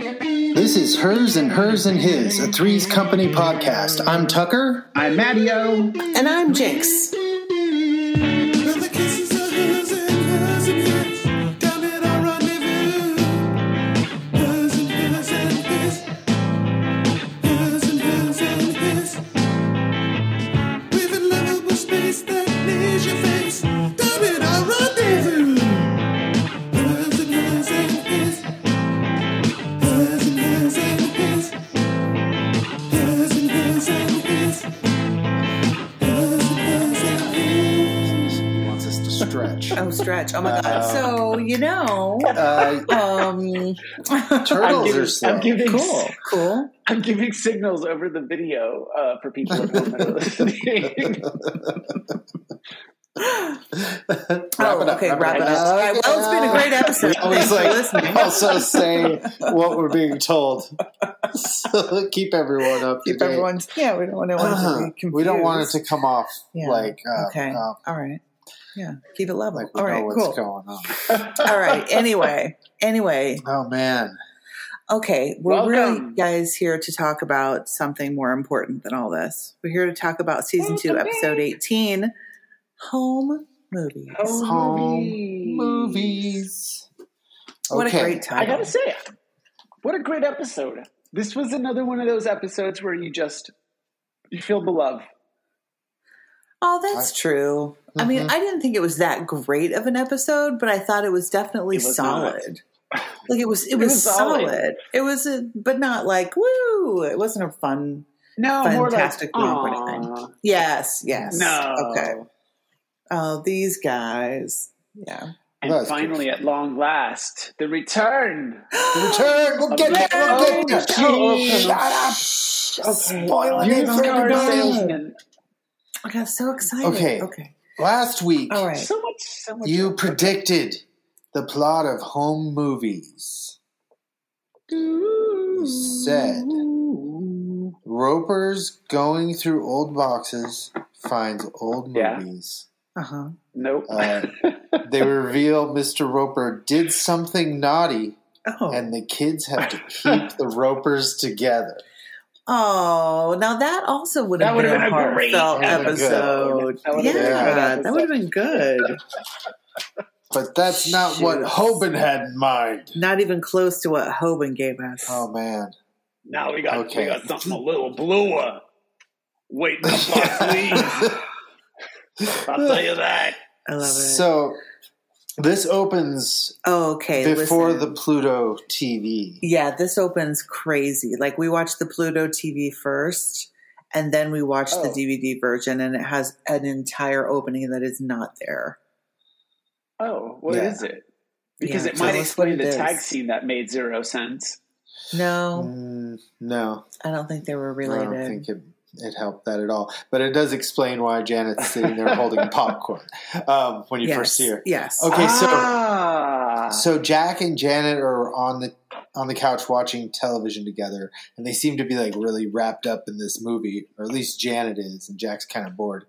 This is Hers and Hers and His, a Threes Company podcast. I'm Tucker. I'm Mattio. And I'm Jinx. He wants us to stretch. Oh, stretch. Oh, my God. So, you know, Uh, um, I'm turtles giving, are slow. I'm giving, cool, cool. I'm giving signals over the video uh, for people at home that are listening. Wrap it up, Oh, okay, wrap Okay. it up. All right, well, it's been a great We episode. always Thanks for like listening. also say what we're being told. So keep everyone up. to Keep date. everyone's, yeah, we don't want to be confused. Uh-huh. we don't want it to come off Yeah. like uh, Okay. uh, All right. Yeah, keep it level. like we All know right, what's cool. going on. All right. Anyway, anyway, Oh man, okay. We're really Welcome. guys here to talk about something more important than all this. We're here to talk about season two, Welcome episode eighteen, home movies. Home movies. What Okay. a great I title! gotta say, what a great episode! This was another one of those episodes where you just you feel the love. Oh, that's true. I mean, I didn't think it was that great of an episode, but I thought it was definitely It was solid. Like it was, it, was, was solid. solid. It was, a, but not like woo. It wasn't a fun. No, Fantastic Oh, more group like, or anything. "Aw." Yes, yes. No. Okay. Oh, these guys. Yeah. And That's finally, at long last, the return. the return. We'll get there. We'll get there. Oh, okay. Shut up. Spoiling it Used for car everybody. salesman. I got so excited. Okay. Okay. Last week, All right. So much, so much. you predicted the plot of home movies. You said Roper's going through old boxes, finds old Yeah. movies. Uh huh. nope. Uh, they reveal Mr. Roper did something naughty, Oh. and the kids have to keep the Ropers together. oh. Now that also would have That would been, have been a a great heartfelt That would've been good. episode. That yeah, would've been a good that would have been good. But that's not what Shoot. Hoban had in mind. Not even close to what Hoban gave us. Oh man, Now we got Okay. we got something a little bluer waiting up our sleeve. I'll tell you that. I love it. so this opens Oh, okay, before listen. the Pluto TV. yeah, this opens crazy. Like we watched the Pluto TV first, and then we watched the Oh. DVD version, and it has an entire opening that is not there. Oh, what is Yeah. it? Because Yeah, it tell might us explain what it the is. tag scene that made zero sense. No, Mm, no, I don't think they were I related. don't think it, it helped that at all. But it does explain why Janet's sitting there holding popcorn um, when you yes. first see her. Yes. Okay, so- Ah. So Jack and Janet are on the on the couch watching television together, and they seem to be like really wrapped up in this movie, or at least Janet is, and Jack's kind of bored,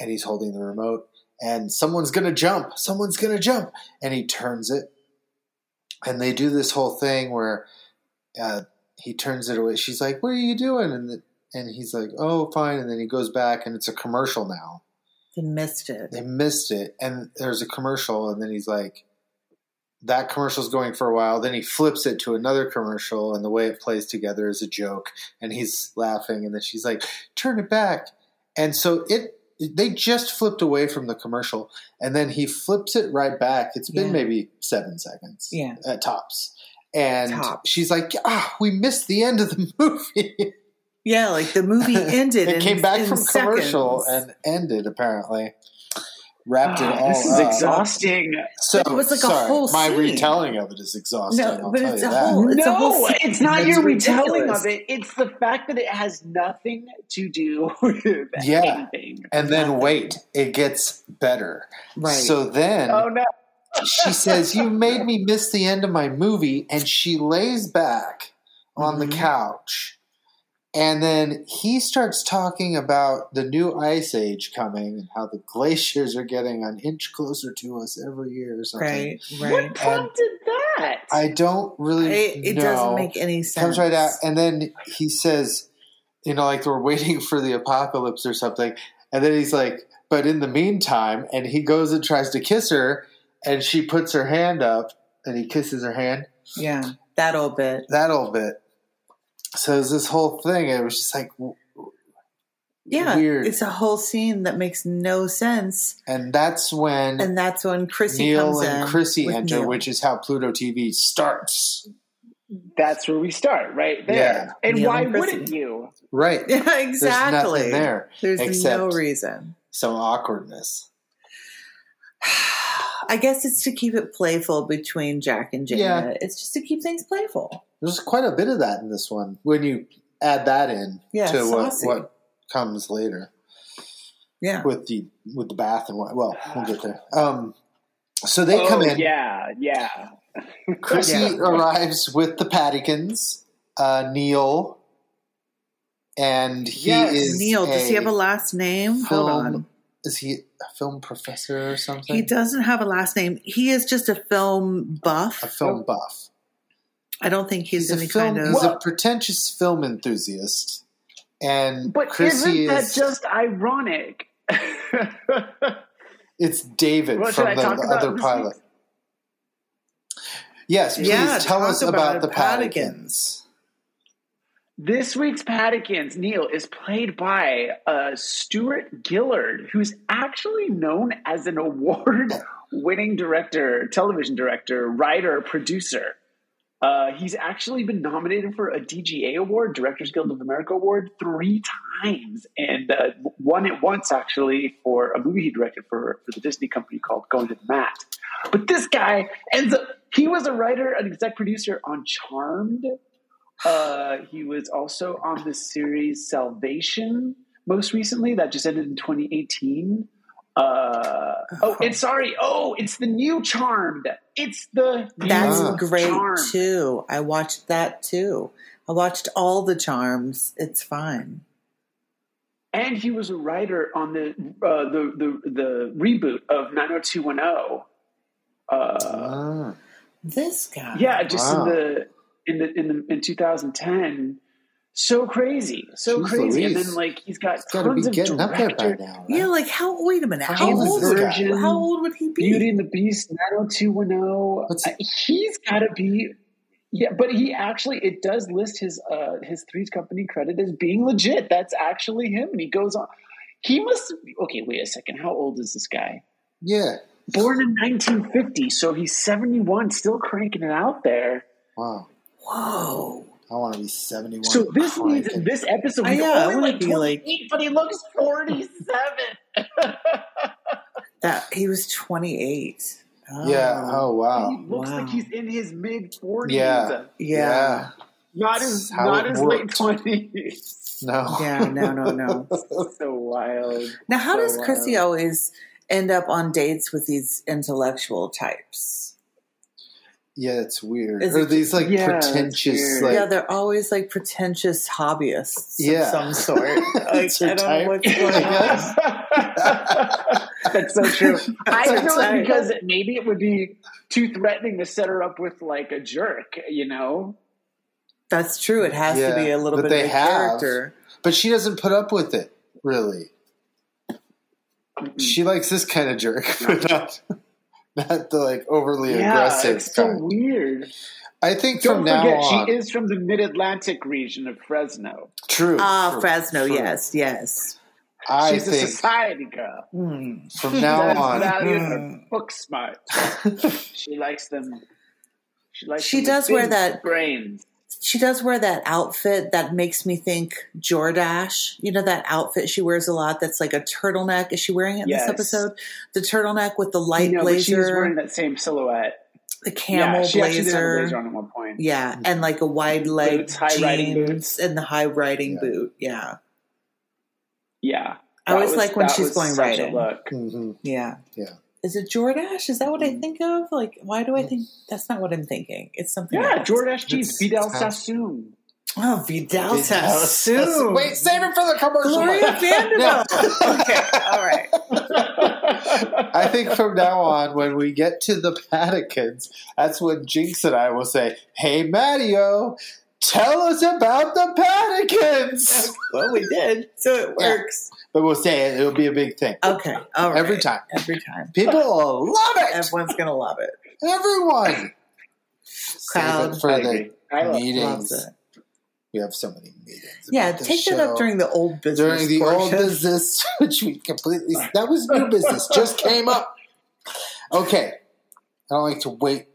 and he's holding the remote, and someone's gonna jump, someone's gonna jump, and he turns it, and they do this whole thing where uh, he turns it away. She's like, "What are you doing?" and the, and he's like, "Oh, fine," and then he goes back, and it's a commercial now They missed it. they missed it and there's a commercial and then he's like that commercial's going for a while then he flips it to another commercial and the way it plays together is a joke and he's laughing and then she's like turn it back and so it they just flipped away from the commercial and then he flips it right back it's been Yeah. maybe 7 seconds Yeah. at tops and Tops. she's like ah we missed the end of the movie Yeah, like the movie ended. it in- came back in from commercial seconds. and ended apparently wrapped it Ah, all this is up. exhausting. So But it was like a sorry, whole my scene. retelling of it is exhausting. No, I'll but tell it's you a that. whole- It's no, whole scene. it's not That's your retelling ridiculous. of it. It's the fact that it has nothing to do with Yeah. anything. And then wait, it gets better. Right. So then Oh no! she says, "You made me miss the end of my movie," and she lays back on the Mhm. couch And then he starts talking about the new ice age coming and how the glaciers are getting an inch closer to us every year or something. Right, What right. prompted that? I don't really It, it know. doesn't make any It sense. comes right out, and then he says, you know, like we're waiting for the apocalypse or something. And then he's like, but in the meantime, and he goes and tries to kiss her, and she puts her hand up, and he kisses her hand Yeah, that old bit. that old bit. So it was this whole thing. It was just like, w- Yeah, Weird. it's a whole scene that makes no sense, and that's when and that's when Chrissy Neil comes in. and Chrissy with enter, Neil. which is how Pluto TV starts. That's where we start, right there. And Neil why and Chrissy. wouldn't you? Right. yeah, There's exactly. nothing there. There's except- no reason. Some awkwardness. I guess it's to keep it playful between Jack and Janet. It's just to keep things playful. There's quite a bit of that in this one when you add that in Yeah, to what, saucy. what comes later Yeah. with the with the bath and what. Well, we'll get there. Um, so they come oh, in. Yeah, yeah. Chrissy Yeah. arrives with the Paddykins, uh, Neil, and he Yes, is Neil, does he have a a last name? Hold film- on. is he a film professor or something? He doesn't have a last name. He is just a film A buff. film buff. I don't think He's he's, a any film. kind of. He's a Well- pretentious film enthusiast, and But Chrissy isn't that is. just ironic? it's David What should from I the, talk the about other this pilot. Yes, please Yeah, tell talk us about about, the Paddykins. Paddykins. this week's Paddykins, Neil, is played by uh, Stuart Gillard, who's actually known as an award winning director, television director, writer, producer. Uh, he's actually been nominated for a DGA award, Directors Guild of America award, three times, and uh, won it once actually for a movie he directed for for the Disney company called Going to the Mat. But this guy ends up. He was a writer, an exec producer on Charmed. Uh, he was also on the series Salvation most recently, that just ended in 2018. Uh, oh, and sorry. Oh, it's the new Charmed. It's the new That's Ah. great Charmed. too. I watched that too. I watched all the charms. It's fine. and he was a writer on the uh, the, the the reboot of 90210. Uh, Ah. This guy. yeah, just Wow. in the in the in the in 2010. So crazy, so Jeez crazy, and Louise. then like he's got It's got to tons be of getting up there by director. now. Right? Yeah, like how? Wait a minute. How How old is old? this would- guy? How old would he be? Beauty and the Beast, 90210. What's- Uh, He's got to be, yeah. But he actually, it does list his uh his Three's Company credit as being legit. That's actually him, and he goes on. He must. Okay, wait a second. How old is this guy? yeah. Born in 1950, so he's 71, still cranking it out there. Wow. Whoa. I want to be 71. So this means cranking. this episode I he's know, I only wanna like be like- 28, but he looks 47. That he was 28. Oh. Yeah. Oh, he wow. looks Wow. like he's in his mid 40s. Yeah. Yeah. Not That's as how not it as worked. late 20s. No. Yeah. No. No. No. so wild. Now, how So does Chrissy wild. always end up on dates with these intellectual types? Yeah, it's weird. Is or it- these like Yeah, it's pretentious, weird. like yeah, they're always like pretentious hobbyists Yeah. of some sort. Like, That's her I don't type. know what's going on. Yes. That's so true. I That's feel right. like because maybe it would be too threatening to set her up with like a jerk, you know? That's true. It has Yeah, to be a little but bit they of a have. character. but she doesn't put up with it, really. Mm. She likes this kind of jerk, but not, not the like overly aggressive it's so kind. weird. I think Don't from now forget, on, she is from the Mid Atlantic region of Fresno. true. Ah, true, Fresno. true. Yes. Yes. I She's a think society girl. Hmm. from now That's on, valued her Hmm. book smart. she likes them. She likes. She them does with wear big that- brains. She does wear that outfit that makes me think Jordash. You know that outfit she wears a lot. That's like a turtleneck. Is she wearing it in Yes. this episode? The turtleneck with the light no, but she was wearing blazer, that same silhouette. the camel yeah, she actually did have a blazer. blazer on at one point. Yeah, and like a wide leg Boots, high riding jeans boots. and the high riding Yeah. boot. Yeah, Yeah, I always That like when that she's was going such a riding. Look, Mhm. yeah, Mm. Yeah. Is it Jordash? Is that what I think of? Like, why do I think that's not what I'm thinking? It's something. yeah, else. Jordash Jeans, It's- Fidel it's- Sassoon. Oh, Vidal Sassoon. Wait, save it for the commercial. Gloria Vanderbilt. okay. All right. I think from now on, when we get to the Patikins, that's when Jinx and I will say, "Hey, Mattio, tell us about the Patikins." Well, we did, so it Yeah. works. but we'll say it; it'll be a big thing Okay. All right. every time. Every time. People will love it. Everyone's gonna love it. Everyone. Crowd. Save it for I the agree. I love Loves meetings. it. We have so many meetings. Yeah, about this take that up show. during the old business. during the portion. old business, which we completely that was new business just came up. Okay, I don't like to wait.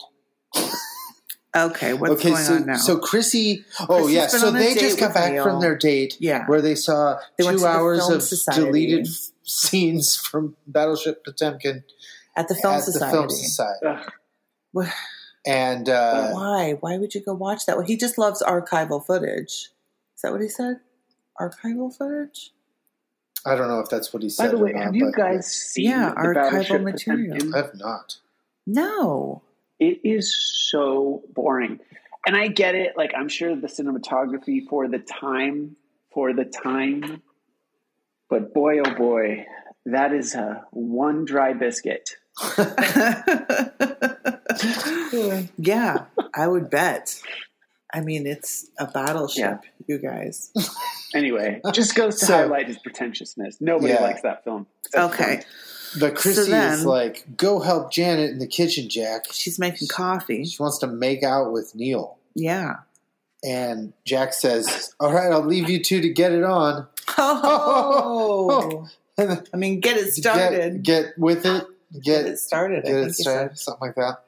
Okay. What's okay, going so on now? so Chrissy, oh Chrissy's yeah, been so on a they date just got with back Neil. from their date, Yeah. where they saw They went to two the hours Film of Society. deleted f- scenes from Battleship Potemkin at the film at society. the Film Society, Ugh. and uh, Why? Why would you go watch that? Well, he just loves archival footage. Is that what he said? Archival footage. I don't know if that's what he said. By the way, or not, have you but- guys seen Yeah, the archival Battleship material. Potemkin? I have not. No. It is so boring. And I get it. Like, I'm sure the cinematography for the time, for the time. But boy, oh boy, that is uh, one dry biscuit. Hmm. yeah, I would bet. I mean, it's a battleship, you guys. Anyway, just goes to So- highlight his pretentiousness. Nobody Yeah. likes that film. That's Okay, But Chrissy is then- like, go help Janet in the kitchen, Jack. she's making coffee. She wants to make out with Neil. Yeah. And Jack says, All right, I'll leave you two to get it on. Oh, Get- I mean, get it started. Get, with it. Get Get, it started. I get think it you said. started. Something like that.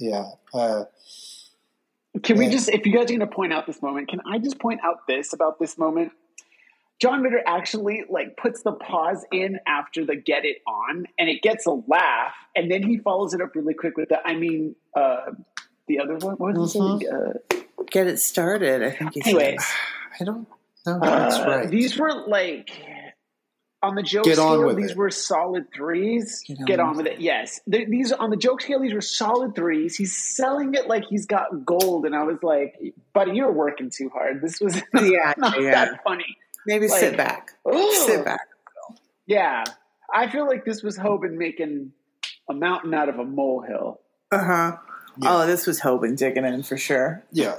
Yeah. Uh, Can we Yeah. just, if you guys are going to point out this moment, can I just point out this about this moment? John Ritter actually like puts the pause in after the get it on, and it gets a laugh, and then he follows it up really quick with the. I mean, uh, the other one. What was it? Uh, Get it started. I think you anyway, said. I don't know if that's uh, right. these were like on the joke Get on scale. with these it. were solid threes. Get Get on on, with it. Yes, Th- these on the joke scale. These were solid threes. He's selling it like he's got gold, and I was like, "Buddy, you're working too hard. This was Yeah, not yeah. that funny." Maybe Like- sit back. Sit back. Yeah, I feel like this was Hoban making a mountain out of a molehill. Uh huh. Yeah. Oh, this was Hoban digging in for sure. Yeah.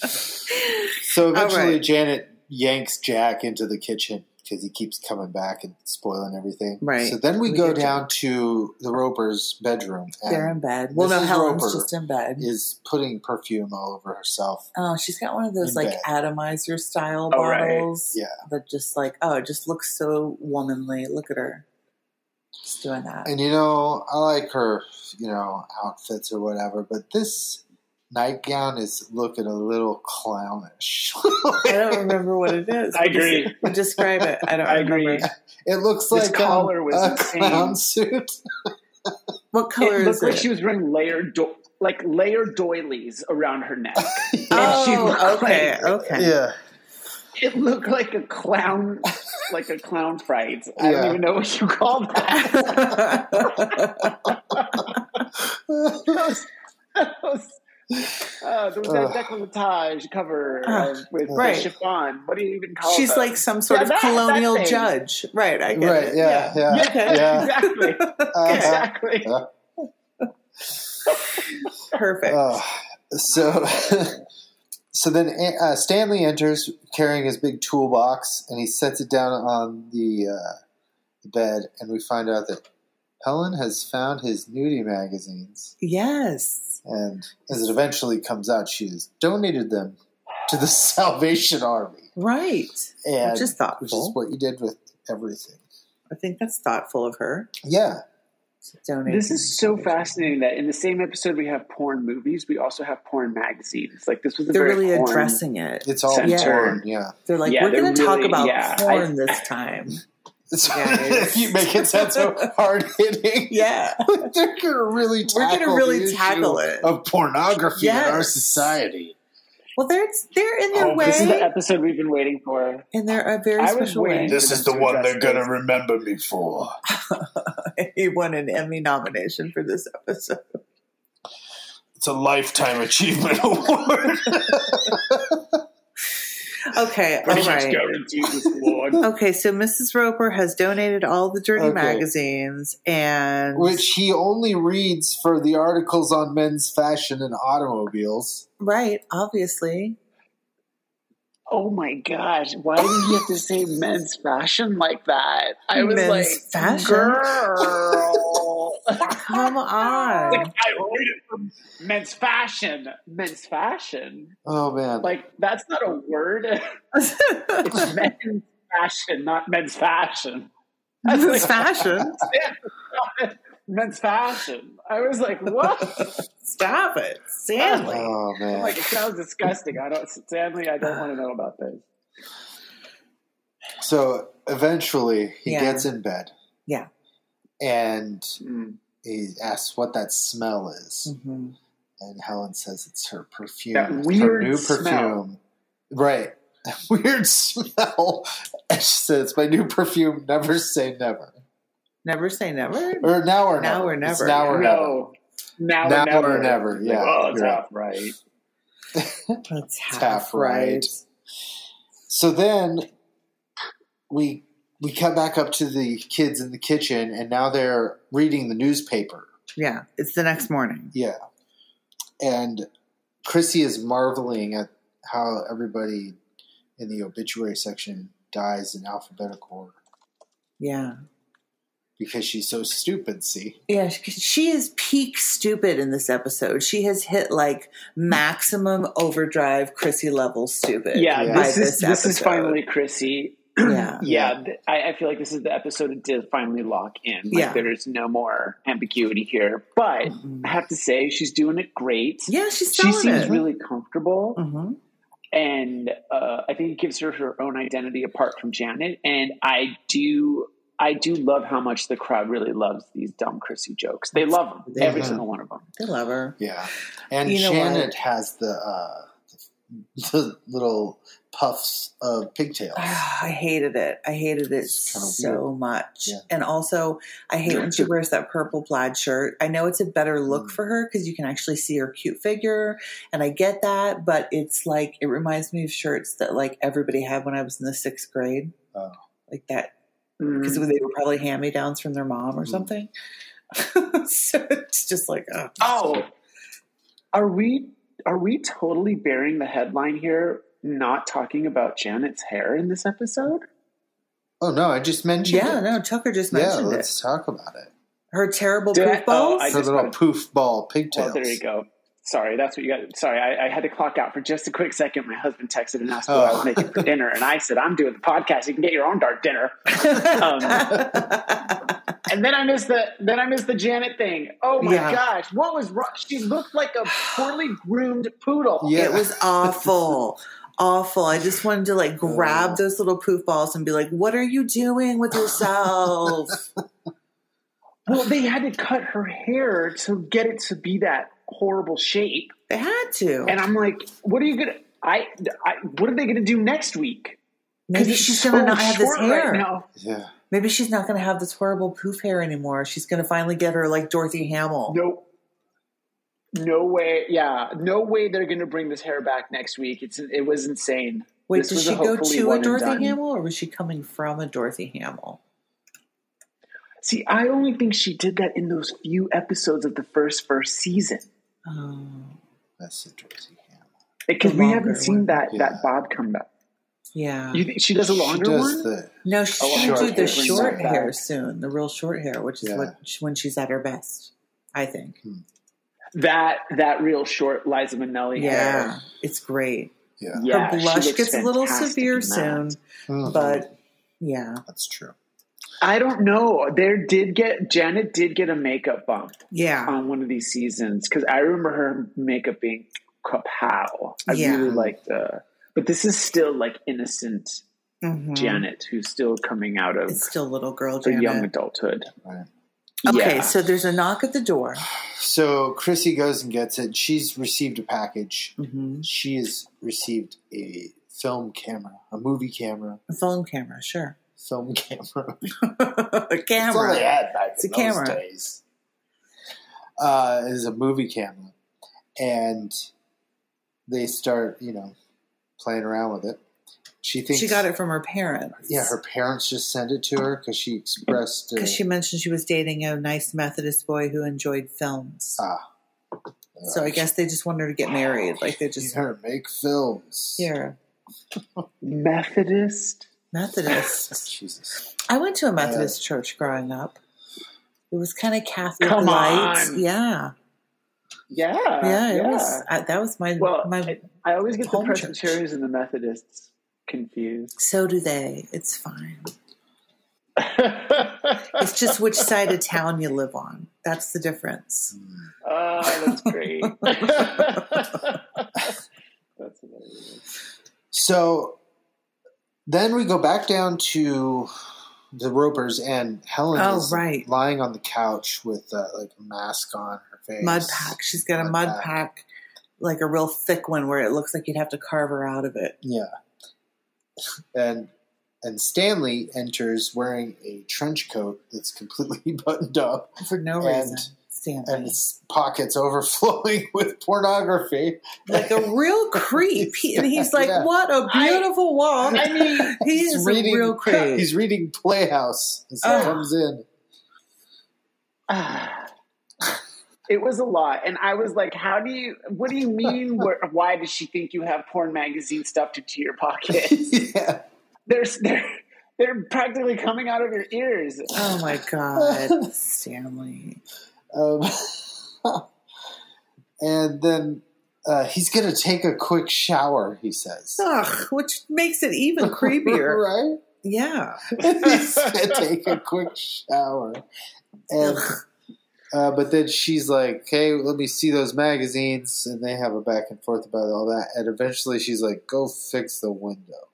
so eventually, right. Janet yanks Jack into the kitchen because he keeps coming back and spoiling everything. Right. So then we, We go get Jack. down to the Roper's bedroom. And They're in bed. Well, no, Mrs. Helen's Roper just in bed. Is putting perfume all over herself. Oh, she's got one of In those like bed. atomizer style Oh, right. bottles. Yeah. That just like, oh, it just looks so womanly. Look at her. Just doing that. And you know, I like her, you know, outfits or whatever, but this nightgown is looking a little clownish. I don't remember what it is. I agree. Just- describe it. I don't I agree. remember. it looks This like collar um, was a insane. clown suit. What It color looked is like it? she was wearing layered do- like layered doilies around her neck. oh, she looked okay, like- okay. Yeah. It looked like a clown, like a clown fright. Yeah. I don't even know what you call that. Those- those- uh, there was Ugh. that decolletage cover Ugh, uh, with the right. chiffon. What do you even call She's those? like some sort Yeah, of that- that colonial thing. judge. Right, I get Right, it. yeah, yeah. Okay. yeah. exactly, Uh-huh. exactly. Perfect. Uh, so so then uh, Stanley enters carrying his big toolbox and he sets it down on the uh, bed and we find out that Helen has found his nudie magazines. yes. and as it eventually comes out, she has donated them to the Salvation Army, Right. and Which is thoughtful. which is what you did with everything. I think that's thoughtful of her. Yeah, to donate This to is so the foundation. fascinating that in the same episode we have porn movies, we also have porn magazines. Like this was a They're very really porn- addressing it. it's all Center. porn. Yeah, They're like, Yeah, we're they're going to talk really- about yeah, I- porn this time. it's, Yeah, it is. you make it sound so hard hitting. Yeah. They're gonna really We're tackle gonna really the issue tackle it. of pornography in our Yes. society. Well, they're they're in their Oh, way, This is the episode we've been waiting for. and they're a very I was special way. waiting. This is the one they're gonna remember me for. he won an Emmy nomination for this episode. It's a lifetime achievement award. Okay, all Pretty much right. guaranteed this award. Okay, so Mrs. Roper has donated all the dirty Okay. magazines and Which he only reads for the articles on men's fashion and automobiles. right, obviously. Oh my gosh! Why did you have to say men's fashion like that? I was Men's like, fashion? girl. Come on. Like, I heard it from men's fashion. Men's fashion. Oh man. Like that's not a word. It's men's fashion, not men's fashion. That's This is like- fashion. men's fashion. I was like, what? Stop it. Stanley. Oh I'm man. like it sounds disgusting. I don't. Stanley, I don't want to know about this. So eventually he Yeah. gets in bed. Yeah. And Mm. he asks what that smell is. Mhm. And Helen says it's her perfume. That It's her weird new smell. perfume. Right. Weird smell. And she says, It's my new perfume, never say never. Never say never. Or now or Now never. or It's never. now or never. No. Now, Now or never. or never, It's yeah, Like, oh, it's you're half right. That's half, half right. right. So then we we cut back up to the kids in the kitchen and now they're reading the newspaper. Yeah, it's the next morning. Yeah. And Chrissy is marveling at how everybody in the obituary section dies in alphabetical order Yeah. because she's so stupid, see? Yeah, she, she is peak stupid in this episode. She has hit like maximum overdrive Chrissy level stupid. Yeah, Yeah. by this is this is episode. finally Chrissy. Yeah. Yeah, th- I, I feel like this is the episode that did finally lock in. Like Yeah. there's no more ambiguity here. But Mhm. I have to say, she's doing it great. Yeah, she's she selling seems it. really comfortable, Mhm. and uh, I think it gives her her own identity apart from Janet. And I do, I do love how much the crowd really loves these dumb Chrissy jokes. They love them, They every do. single one of them. They love her. Yeah. And You know Janet what? has the, uh, the little puffs of pigtails. Ah, I hated it. I hated it It's kinda so much. Yeah. And also, I hate when she wears that purple plaid shirt. I know it's a better look Mm. for her because you can actually see her cute figure, and I get that. But it's like it reminds me of shirts that like everybody had when I was in the sixth grade, Oh. like that Mm. because they were probably hand me downs from their mom or Mm. something. so it's just like, oh, Oh, are we are we totally bearing the headline here? Not talking about Janet's hair in this episode. Oh, no, I just mentioned yeah, it. no, Tucker just yeah, mentioned it. let's talk about it. Her terrible Did I- poop balls. oh, I Her just little wanted- poof ball pigtails. Oh, there you go. Sorry, that's what you got. Sorry, I, I had to clock out for just a quick second. My husband texted and asked what I Oh. was making for dinner, and I said, "I'm doing the podcast. You can get your own dark dinner." Um, And then I missed the then I missed the Janet thing. Oh my Yeah. gosh, what was wrong? She looked like a poorly groomed poodle. Yeah. It was awful. awful. I just wanted to like grab Oh. those little poof balls and be like, what are you doing with yourself? Well, they had to cut her hair to get it to be that horrible shape, they had to. and I'm like, what are you gonna? I, I what are they gonna do next week? Maybe it's she's so gonna not have this short hair. right now. Yeah. Maybe she's not gonna have this horrible poof hair anymore. She's gonna finally get her like Dorothy Hamill. No. No way. Yeah, no way they're going to bring this hair back next week. It's it was insane. Wait, this did was she go hopefully to one a and done. Dorothy Hamill or was she coming from a Dorothy Hamill? See, I only think she did that in those few episodes of the first first season. Oh. That's the Dorothy Hamill. Because The we longer haven't one. seen that Yeah. that bob comeback. Yeah. You think she does a longer she does one? The, no, she's Oh, gonna short do the hair. short Bring that hair back. soon, the real short hair, which is Yeah. what when she's at her best, I think. That that real short Liza Minnelli hair. Yeah, it's great. yeah. Yeah, Her she blush looks gets a little fantastic severe in that. soon, Mhm. but yeah, that's true. I don't know. There did get Janet did get a makeup bump. yeah, on one of these seasons because I remember her makeup being kapow. I Yeah. really liked the, but this is still like innocent Mhm. Janet who's still coming out of It's still little girl her young Janet. adulthood. Right. Okay, Yeah. so there's a knock at the door. So Chrissy goes and gets it. She's received a package. hmm She has received a film camera, a movie camera, A phone camera, sure. film camera. a That's all they camera. had back It's in those a camera. days. Uh, is a movie camera, and they start, you know, playing around with it. She thinks She got it from her parents. Yeah, her parents just sent it to her because she expressed. uh, Because she mentioned she was dating a nice Methodist boy who enjoyed films. ah, so I guess they just wanted her to get married. Like they just just, her make films. here, Methodist. Methodist. Jesus. I went to a Methodist church growing up. It was kind of Catholic Come light. on. Yeah. Yeah. Yeah, it was. I, that was my, Uh, Well, my I, I always get the home church. Presbyterians and the Methodists confused. So do they. It's fine. Ah, It's just which side of town you live on. That's the difference. oh, that's great. that's hilarious. So then we go back down to the Ropers, and Helen Oh, is right. lying on the couch with uh, like a mask on her face. Mud pack. She's got a Mud mud pack. pack. like a real thick one where it looks like you'd have to carve her out of it. Yeah. And and Stanley enters wearing a trench coat that's completely buttoned up For no And- reason. and Stanley. its pockets overflowing with pornography. Like a real creep. He, and he's like, Yeah. what a beautiful walk. I mean, He's, is a real Oh. creep. He's reading Playhouse as he Ugh. comes in. ah, it was a lot, and I was like, "How do you? What do you mean? Where, why does she think you have porn magazine stuffed into your pocket? yeah. They're they're they're practically coming out of your ears." oh my God. Stanley. Um, and then uh, he's going to take a quick shower, he says. Ugh, which makes it even creepier. right? Yeah. he's going to take a quick shower. And, Ugh. uh, but then she's like, hey, let me see those magazines. And they have a back and forth about all that. And eventually she's like, go fix the window.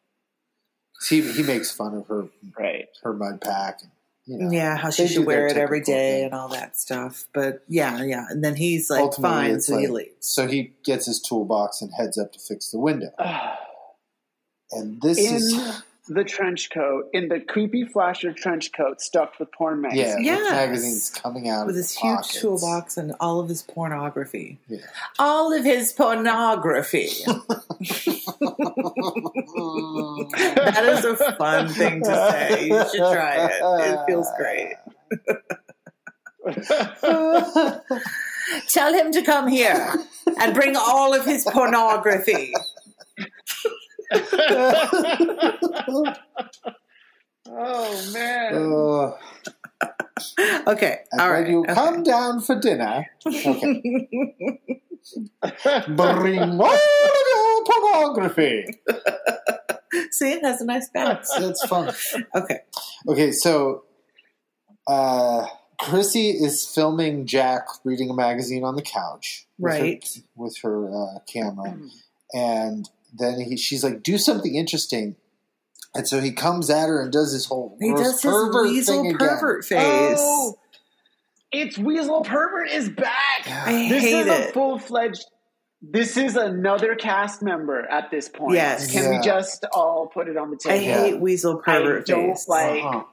He, he makes fun of her Right. her mud pack. And, you know, Yeah, how They do she should wear their it every typical day thing. and all that stuff. But yeah, yeah. And then he's like, Ultimately, fine, it's so he like- leaves. So he gets his toolbox and heads up to fix the window. Ah. And this in is the trench coat, in the creepy flasher trench coat stuffed with porn yeah, magazine. with Yes. magazines coming out With of his the huge pockets. toolbox and all of his pornography. Yeah. All of his pornography. Mm. that is a fun thing to say. You should try it. It feels great. Tell him to come here and bring all of his pornography. Oh man. Oh, Okay. and all when right. you okay. come down for dinner, okay, bring all of your pornography. See, it has a nice balance. That's fun. Okay. Okay, so uh, Chrissy is filming Jack reading a magazine on the couch, with her- Right. with her, uh, camera, and then he, she's like, "Do something interesting," and so he comes at her and does his whole He reverse does his weasel again. pervert face. Oh, it's Weasel Pervert is back. Yeah. I This hate is a it. full fledged. This is another cast member at this point. Yes. Can Yeah. we just all put it on the I table? Yeah. hate weasel pervert I don't face. like-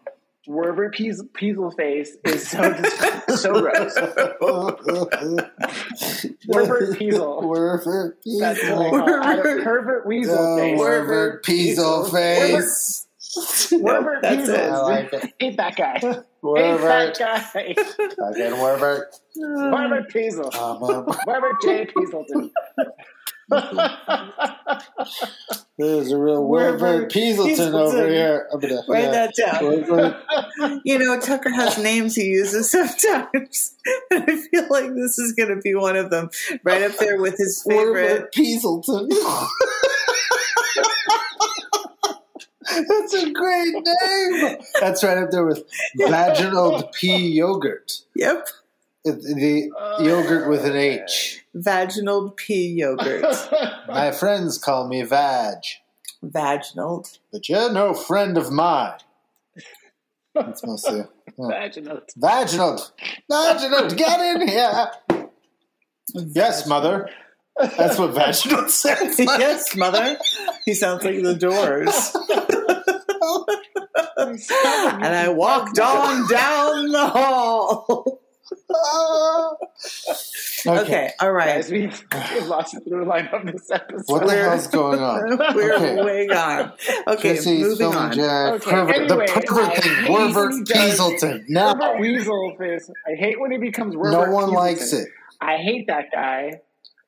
Werber Peas- Peasel face is so dis- so gross. Uh-huh. Werber Peasel. Werber That's what Peasel. I call it. I don't- Werber- Pervert Weasel Oh, face. Werber Peasel face. Werber That's Peasel. I it. like it. Ain't that guy. Ain't Werber. that guy. Again, Werber. Werber Peasel. Um, um, Werber J. Peaselton. There's a real Werber Werber Peaselton Peaselton. over here. I'm gonna- Write yeah. that down. Werber- You know, Tucker has names he uses sometimes. And I feel like this is going to be one of them. Right up there with his Werber favorite. Peaselton. That's a great name. That's right up there with vaginal pea yogurt. Yep. It- The yogurt with an H. Vaginal pea yogurt. My friends call me Vag, Vaginal. but you're no friend of mine. That's mostly. Vaginal. Vaginal. Vaginal, get in here. Yes, mother. That's what vaginal sounds like. yes, mother. He sounds like the doors. and I walked on down the hall. Ah. Okay, all right. Guys, we, we lost the through line of this episode. What the hell's going on? We're Okay. way gone. Okay, Jesse, moving Phil, and on. Jack, Okay, pervert, anyway, the pervert I thing, hate when he Wervert does- Peaselton. What No, about Weasel Fist? I hate when he becomes no Robert one Peterson. likes it. I hate that guy.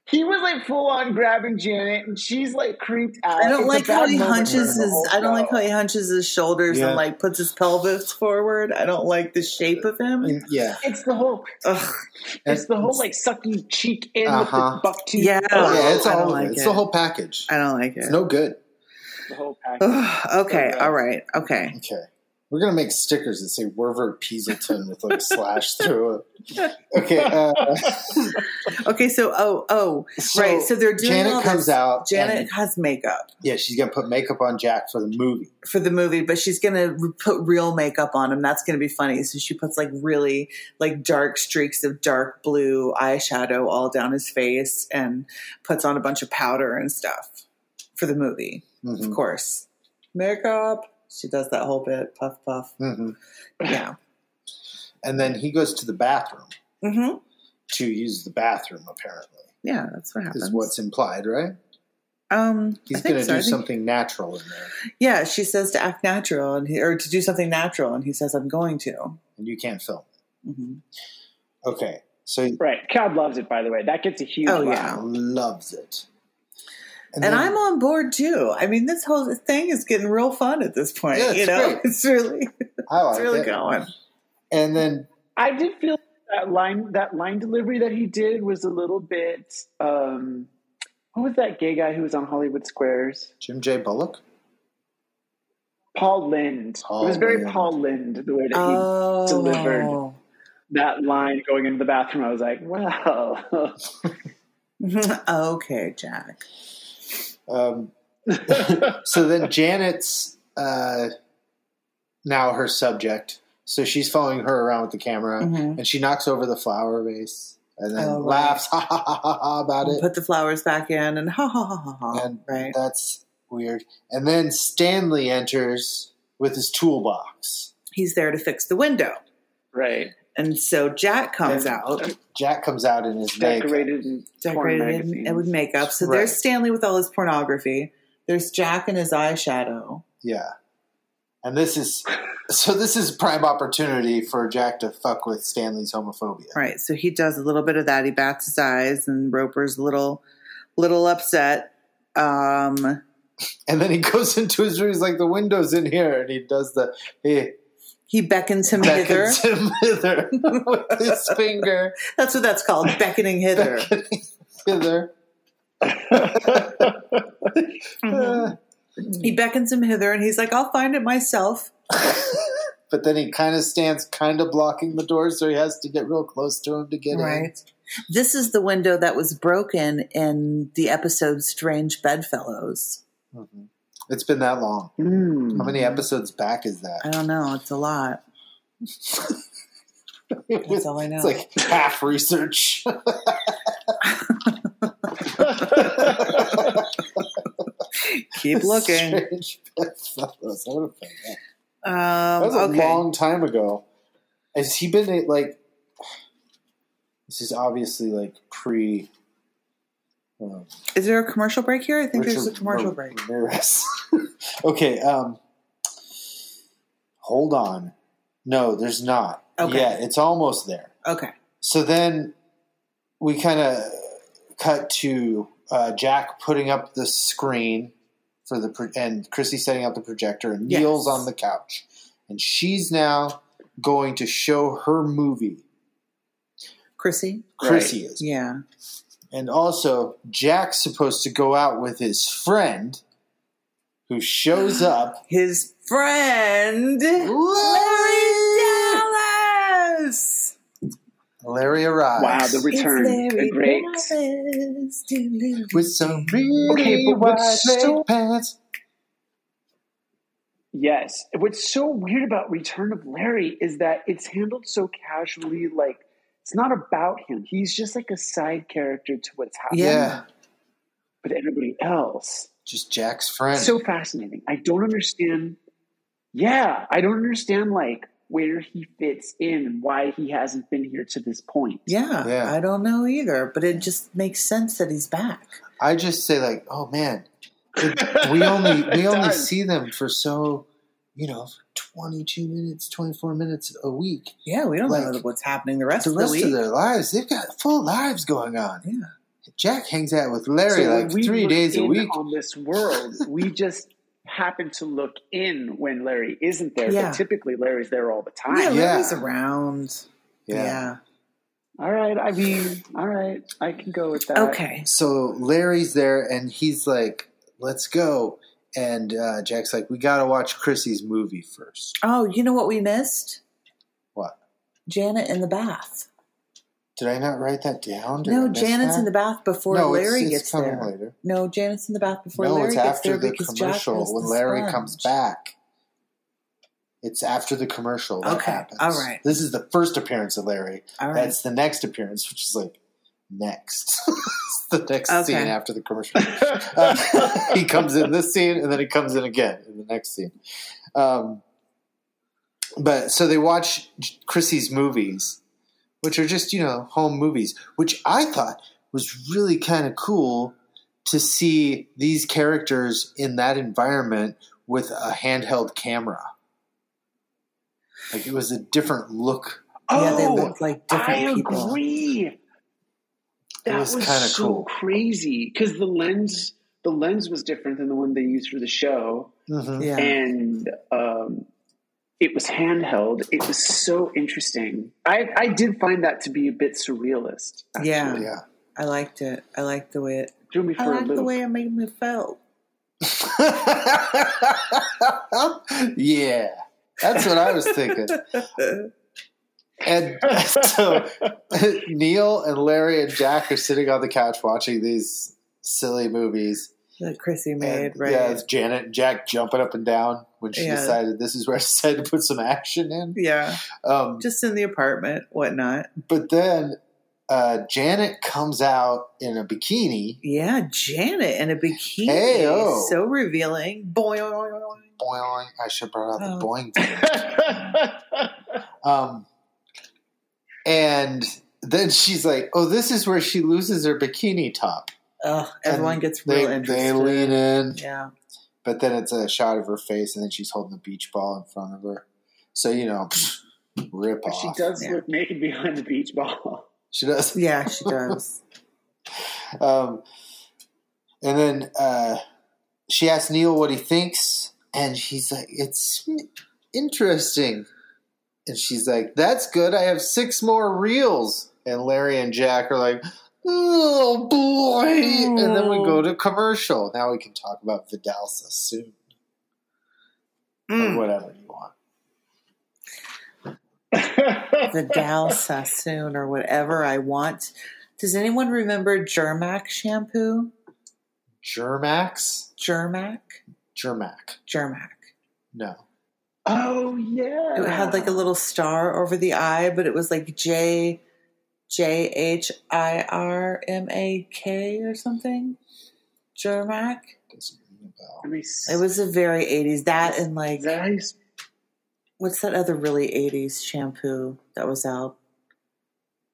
He was like full on grabbing Janet, and she's like creeped out. I don't It's a like how bad he moment hunches for the his. whole I don't like show. how he hunches his shoulders Yeah. and like puts his pelvis forward. I don't like the shape of him. And- yeah, It's the whole. Ugh. It's the whole like sucking cheek in Uh-huh. with the buck tooth. Yeah. yeah, it's I don't all of like it. It's it. the whole package. I don't like it. It's no good. The whole package. Ugh, okay. So gross. all right. Okay. Okay. We're gonna make stickers that say Wervert Peaselton with like slash through it. Okay, uh, Okay. So oh oh so right. So they're doing all Janet this- comes out. Janet and- has makeup yeah, she's gonna put makeup on Jack for the movie. for the movie, but she's gonna re- put real makeup on him. That's gonna be funny. So she puts like really like dark streaks of dark blue eyeshadow all down his face and puts on a bunch of powder and stuff for the movie. Mhm. of course. Makeup. She does that whole bit, puff puff. Mhm. Yeah. And then he goes to the bathroom hmm to use the bathroom. Apparently, Yeah, that's what happens. is what's implied, right? um, I He's think gonna so. I do think- something natural in there, Yeah, she says to act natural and he, or to do something natural, and he says, "I'm going to." and you can't film. Mm-hmm. hmm Okay, so Right. Cab loves it, by the way. That gets a huge Oh, laugh. yeah. loves it. And, then- I'm on board too. I mean, this whole thing is getting real fun at this point. Yeah, it's you know, great. it's really, I like it's really it. going. And then I did feel that line that line delivery that he did was a little bit um who was that gay guy who was on Hollywood Squares? Jim J. Bullock. Paul Lind. Paul it was very Lind. Paul Lind the way that he Oh, delivered. that line going into the bathroom. I was like, well, Oh. okay, Jack. Um, so then Janet's uh, now her subject. So she's following her around with the camera, Mhm. and she knocks over the flower vase, and then Oh, right. laughs ha, ha, ha, ha, ha, about it. Put the flowers back in, and ha ha ha ha ha. And Right. that's weird. And then Stanley enters with his toolbox. He's there to fix the window. right. And so Jack comes And out Jack comes out in his makeup. Decorated and torn decorated in- magazine. with makeup. So Right. there's Stanley with all his pornography. There's Jack and his eyeshadow. Yeah. And this is so this is prime opportunity for Jack to fuck with Stanley's homophobia. Right. So he does a little bit of that. He bats his eyes, and Roper's a little, little upset. Um, And then he goes into his room. He's like, the window's in here. And he does the, he he beckons him hither. beckons him hither with his finger. That's what that's called, beckoning hither. Hither. Mhm. He beckons him hither, and he's like, "I'll find it myself." But then he kind of stands, kind of blocking the door. So he has to get real close to him to get in. Right. This is the window that was broken in the episode "Strange Bedfellows." Mhm. It's been that long. Mm. How many episodes back is Mm-hmm. I that? don't know. It's a lot. That's all I know. It's like half research. Keep looking. Strange Bedfellows. I would have found that. Um, That was a okay. long time ago. Has he been at, like? This is obviously like pre. Um, Is there a commercial break here? I think there's a Richard commercial Ra- break. Ramirez. okay. Um, hold on. No, there's not. Okay. Yeah, it's almost there. Okay. So then we kind of cut to uh, Jack putting up the screen for the pro- and Chrissy setting up the projector and Yes. Neil's on the couch and she's now going to show her movie. Chrissy? Chrissy is, Yeah. and also Jack's supposed to go out with his friend, who shows up. His friend, Larry, Dallas. Larry arrives. wow, the return. It's Larry The great. Dallas. Doo-doo-doo. with some really Okay, but wide what's so- leg pants. Yes. What's so weird about Return of Larry is that it's handled so casually, like it's not about him. He's just like a side character to what's happening Yeah. yeah, with everybody else. just Jack's friend. so fascinating. I don't understand. Yeah, I don't understand like where he fits in and why he hasn't been here to this point. Yeah, Yeah. I don't know either, but it just makes sense that he's back. I just say like, oh man, it- we only we It only does. see them for so you know twenty two minutes, twenty four minutes a week. Yeah, we don't know Like, what's happening the rest The of rest the week. of their lives, they've got full lives going on. Yeah. Jack hangs out with Larry So when like we three look days a in week. on this world. we just happen to look in when Larry isn't there, Yeah. but typically Larry's there all the time. yeah, Ah, Yeah. Larry's around. Yeah. yeah. All right, I mean, all right, I can go with that. Okay. So Larry's there, and he's like, "Let's go." And uh, Jack's like, "We gotta watch Chrissy's movie first. Oh, you know what we missed? What? Janet in the bath. Did I not write that down? Did I no, miss Janet's that? in the bath before No, it's- Larry it's gets coming there. later. No, Janet's in the bath before no, Larry it's gets after there the because Jack has commercial when the Larry sponge. comes back. It's after the commercial that Okay, happens. all right. This is the first appearance of Larry. All right. That's the next appearance, which is like next. It's the next Okay. scene after the commercial. Uh, he comes in this scene, and then he comes in again in the next scene. Um, but so they watch Chrissy's movies, which are just you know home movies, which I thought was really kind of cool to see these characters in that environment with a handheld camera. Like it was a different look. yeah, they Oh, look like different I people. agree. That was was, kinda so cool. crazy because the lens the lens was different than the one they used for the show, Mhm. Yeah. and um, it was handheld. It was so interesting. I I did find that to be a bit surrealist. yeah. Yeah. I liked it. I liked the way it Drew me I for a liked the loop. way it made me felt. yeah. That's what I was thinking. And so Neil and Larry and Jack are sitting on the couch watching these silly movies. that Chrissy made, And, right? Yeah, it's Janet and Jack jumping up and down when she Yeah. decided this is where I decided to put some action in. Yeah, Um, just in the apartment, whatnot. but then uh, Janet comes out in a bikini. Yeah, Janet in a bikini, Hey-o. so revealing. Boing. Boing. I should brought out the Oh. boing. Um, and then she's like, "Oh, this is where she loses her bikini top." Ugh, everyone gets They, real they interested. lean in, yeah, but then it's a shot of her face, and then she's holding a beach ball in front of her. So you know, rip off. she does Yeah. look naked behind the beach ball. She does. yeah, she does. Um, and then uh, she asks Neil what he thinks, and he's like, "It's interesting." And she's like, "That's good. I have six more reels." And Larry and Jack are like, "Oh boy!" And then we go Mm. to commercial. Now we can talk about Vidalsa soon, or Mm. whatever you want. the Dal Sassoon or whatever I want. Does anyone remember Germac shampoo? Germax, Germac, Germac. Germac. No, oh yeah, It had like a little star over the eye, but it was like J J H I R M A K or something. Germac. doesn't ring a bell. Let me s- It was a very eighties. That and like Is that how you s- what's that other really eighties shampoo that was out?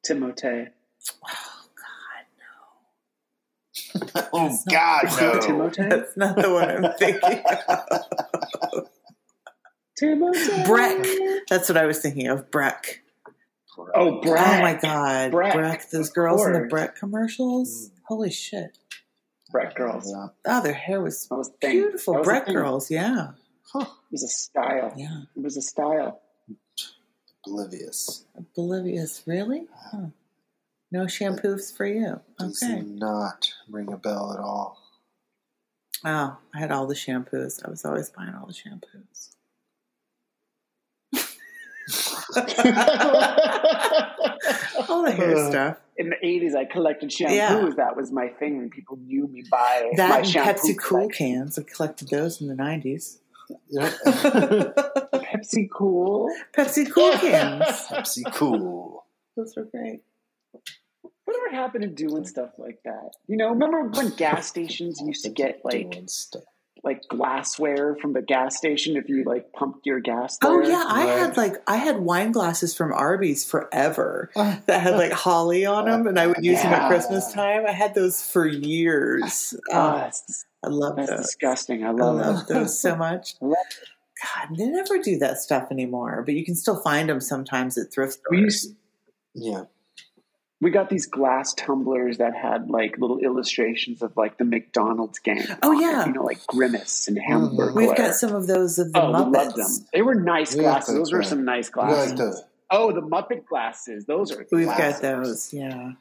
Timote. Oh God, no! Timote. That's not the one I'm thinking. Timote. Breck. That's what I was thinking of. Breck. Oh, Brack. Oh my god. Breck. Breck. Those girls in the course. Mm. Breck commercials. Holy shit. Breck girls. Yeah. Oh, their hair was That was a thing. That beautiful. was a Breck thing. girls, yeah. It was a style. Yeah. It was a style. Oblivious. Oblivious, really? Huh. No shampoos for you. Does Okay. not ring a bell at all. Oh, I had all the shampoos. I was always buying all the shampoos. All the hair Uh, stuff. In the eighties, I collected shampoos. Yeah. That was my thing. When people knew me by my That and shampoo. Pepsi Cool collection. cans. I collected those in the 90s. Yep. Pepsi Cool. Pepsi Cool cans. Pepsi Cool. those were great. Whatever happened to doing stuff like that? You know, remember when gas stations used to get like Doing stuff. like glassware from the gas station if you like pumped your gas there. Oh yeah, I Right. had like I had wine glasses from Arby's forever that had like holly on them, and I would use them at Uh, oh, Yeah. Christmas time. I had those for years. Oh, Oh, that's, dis- I love that's those. disgusting. I I love that. love those so much. I love God, they never do that stuff anymore, but you can still find them sometimes at thrift We stores. used, yeah. we got these glass tumblers that had like little illustrations of like the McDonald's gang. Oh, on it, yeah. Mm-hmm. you know, like Grimace and Hamburger. We've got some of those of the Oh, Muppets. we loved them. They were nice We like glasses. Those were those, some nice We glasses. like those. Oh, the Muppet glasses. Those are. We've classics. got those. Yeah.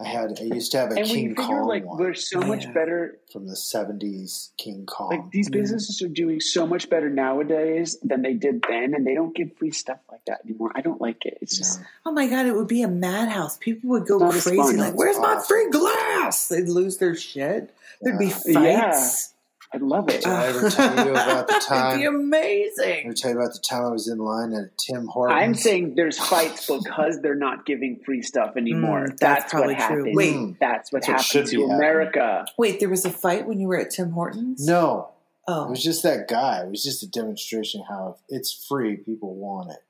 I had. I used to have a And when King you figure Kong like one we're so much Yeah. better, from the seventies. King Kong. like these Yeah. businesses are doing so much better nowadays than they did then, and they don't give free stuff like that anymore. I don't like it. It's just No. Oh my god, it would be a madhouse. People would go Not as crazy. fun. Like, where's my Awful. free glass? They'd lose their shit. There'd be Yeah. fights. I love it. Did I ever tell you about the It'd be time? Let me amazing. tell you about the time I was in line at Tim Hortons. I'm saying there's fights because they're not giving free stuff anymore. Mm, that's that's probably what true. happens. Wait. that's what That's what should happens to be happening. America. Wait, there was a fight when you were at Tim Hortons? no, it Oh, was just that guy. It was just a demonstration how if it's free, people want it.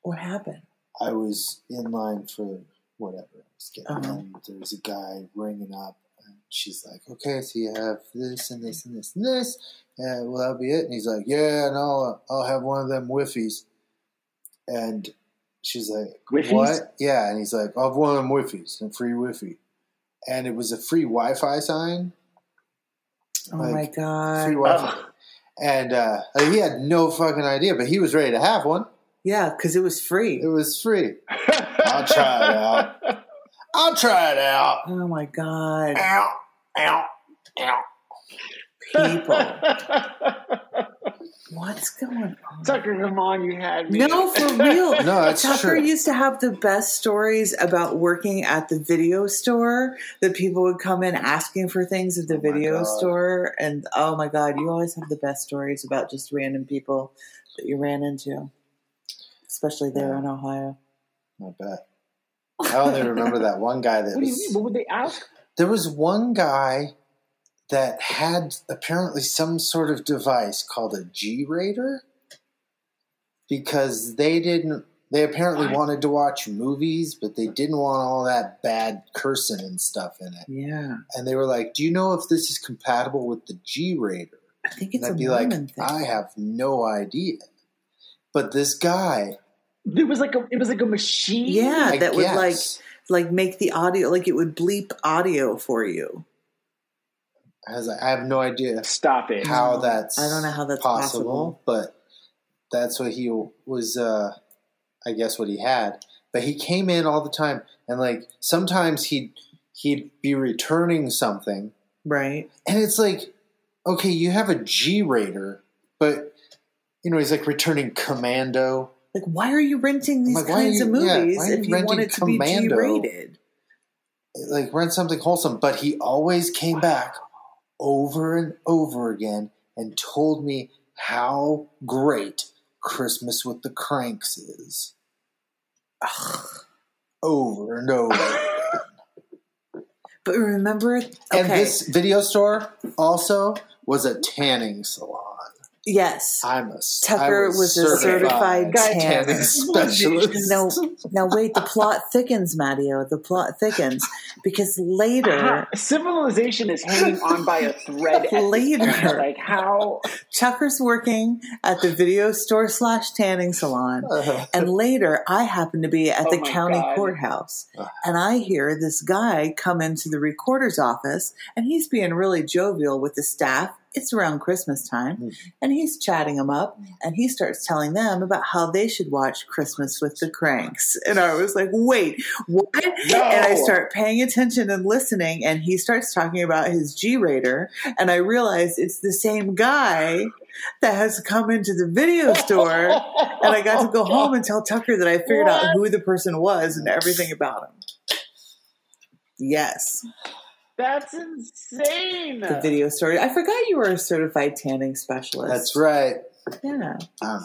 what happened? I was in line for whatever. I was getting, Uh-huh. and there was a guy ringing up, and she's like, "Okay, so you have this and this and this and this. Yeah, will that be it?" And he's like, "Yeah, and I'll I'll have one of them whiffies." And she's like, Whiffies? "What?" Yeah, and he's like, "I'll have one of them whiffies and a free whiffy." And it was a free Wi-Fi sign. Oh Like, my god. Free Wi-Fi. And uh, like, he had no fucking idea, but he was ready to have one. Yeah, because it was free. It was free. I'll try it out. I'll try it out. Oh my god. Ow, ow, ow. People. What's going on? Tucker, come on, you had me. No, for real. No, that's Tucker true. used to have the best stories about working at the video store. That people would come in asking for things at the Oh my video God. store, and oh my god, you always have the best stories about just random people that you ran into, especially there Yeah. in Ohio. I bet. I only remember that one guy that What do you mean? was. What would they ask? There was one guy that had apparently some sort of device called a G rater because they didn't. They apparently What? wanted to watch movies, but they didn't want all that bad cursing and stuff in it. Yeah, And they were like, "Do you know if this is compatible with the G rater?" I think And it's a I'd be like, Mormon thing. I have no idea. But this guy, It was like a it was like a machine. yeah, I that would like guess, like make the audio like it would bleep audio for you. has, I have no idea Stop it. how No, that's. I don't know how that's possible. but that's what he was. Uh, I guess what he had. But he came in all the time, and like sometimes he'd he'd be returning something, Right. and it's like, okay, you have a G rater, but you know he's like returning Commando. Like, why are you renting these Like, why are kinds of you- yeah, movies why are you if you want renting it to be Commando? G-rated? like rent something wholesome, but he always came back over and over again and told me how great Christmas with the Cranks is. Over and over. But remember, okay, And this video store also was a tanning salon. yes. I'm a s- I Tucker was a certified tanner. tanning specialist. No, now wait. The plot thickens, Matteo. The plot thickens because later, How- civilization is hanging on by a thread. at this Later. point. like how? Tucker's working at the video store slash tanning salon, Uh, and later I happen to be at Uh-huh. Oh the my county God. courthouse, Ugh. and I hear this guy come into the recorder's office, and he's being really jovial with the staff. It's around Christmas time, Hmm. Mm. and he's chatting them up, and he starts telling them about how they should watch Christmas with the Cranks. And I was like, "Wait, what?" No. And I start paying attention and listening, and he starts talking about his G rater, and I realize it's the same guy that has come into the video store and I got to go home and tell Tucker that I figured out who the person was and everything about him. Yes, That's insane. the video story. I forgot you were a certified tanning specialist. that's right. Yeah. If Um,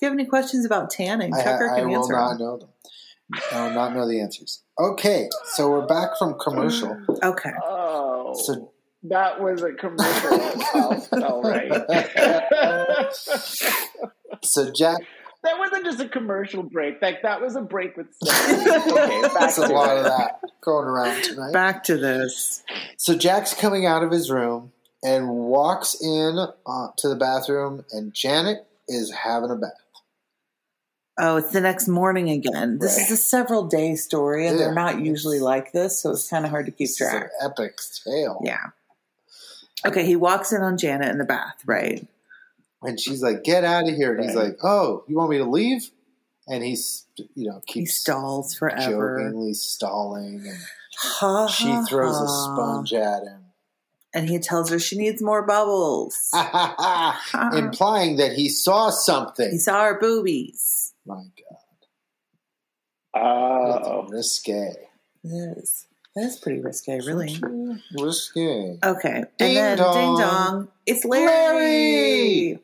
you have any questions about tanning, I, Tucker I can will answer. not them. know them. I will not know the answers. Okay, so we're back from commercial. Okay. Oh, So That was a commercial. All- all right. that So Jack, wasn't just a commercial break. Like that was a break with. Stephanie. Okay, back that's to a lot of it. that going around tonight. Back to this. So Jack's coming out of his room and walks in uh, to the bathroom, and Janet is having a bath. Oh, it's the next morning again. This Right. is a several day story, and Yeah. they're not usually like this, so it's kind of hard to keep This is an track. epic tale. Yeah. Okay, he walks in on Janet in the bath, right? And she's like, "Get out of here!" And he's Right. like, "Oh, you want me to leave?" And he's, you know, He keeps stalls forever. jokingly stalling, and Ha, she ha, throws a ha. sponge at him. And he tells her she needs more bubbles. Ah. implying that he saw something. He saw her boobies. My God, Oh, risque, Yes. That's pretty risque, really. risque. Okay. Ding and then dong. ding dong. It's Larry.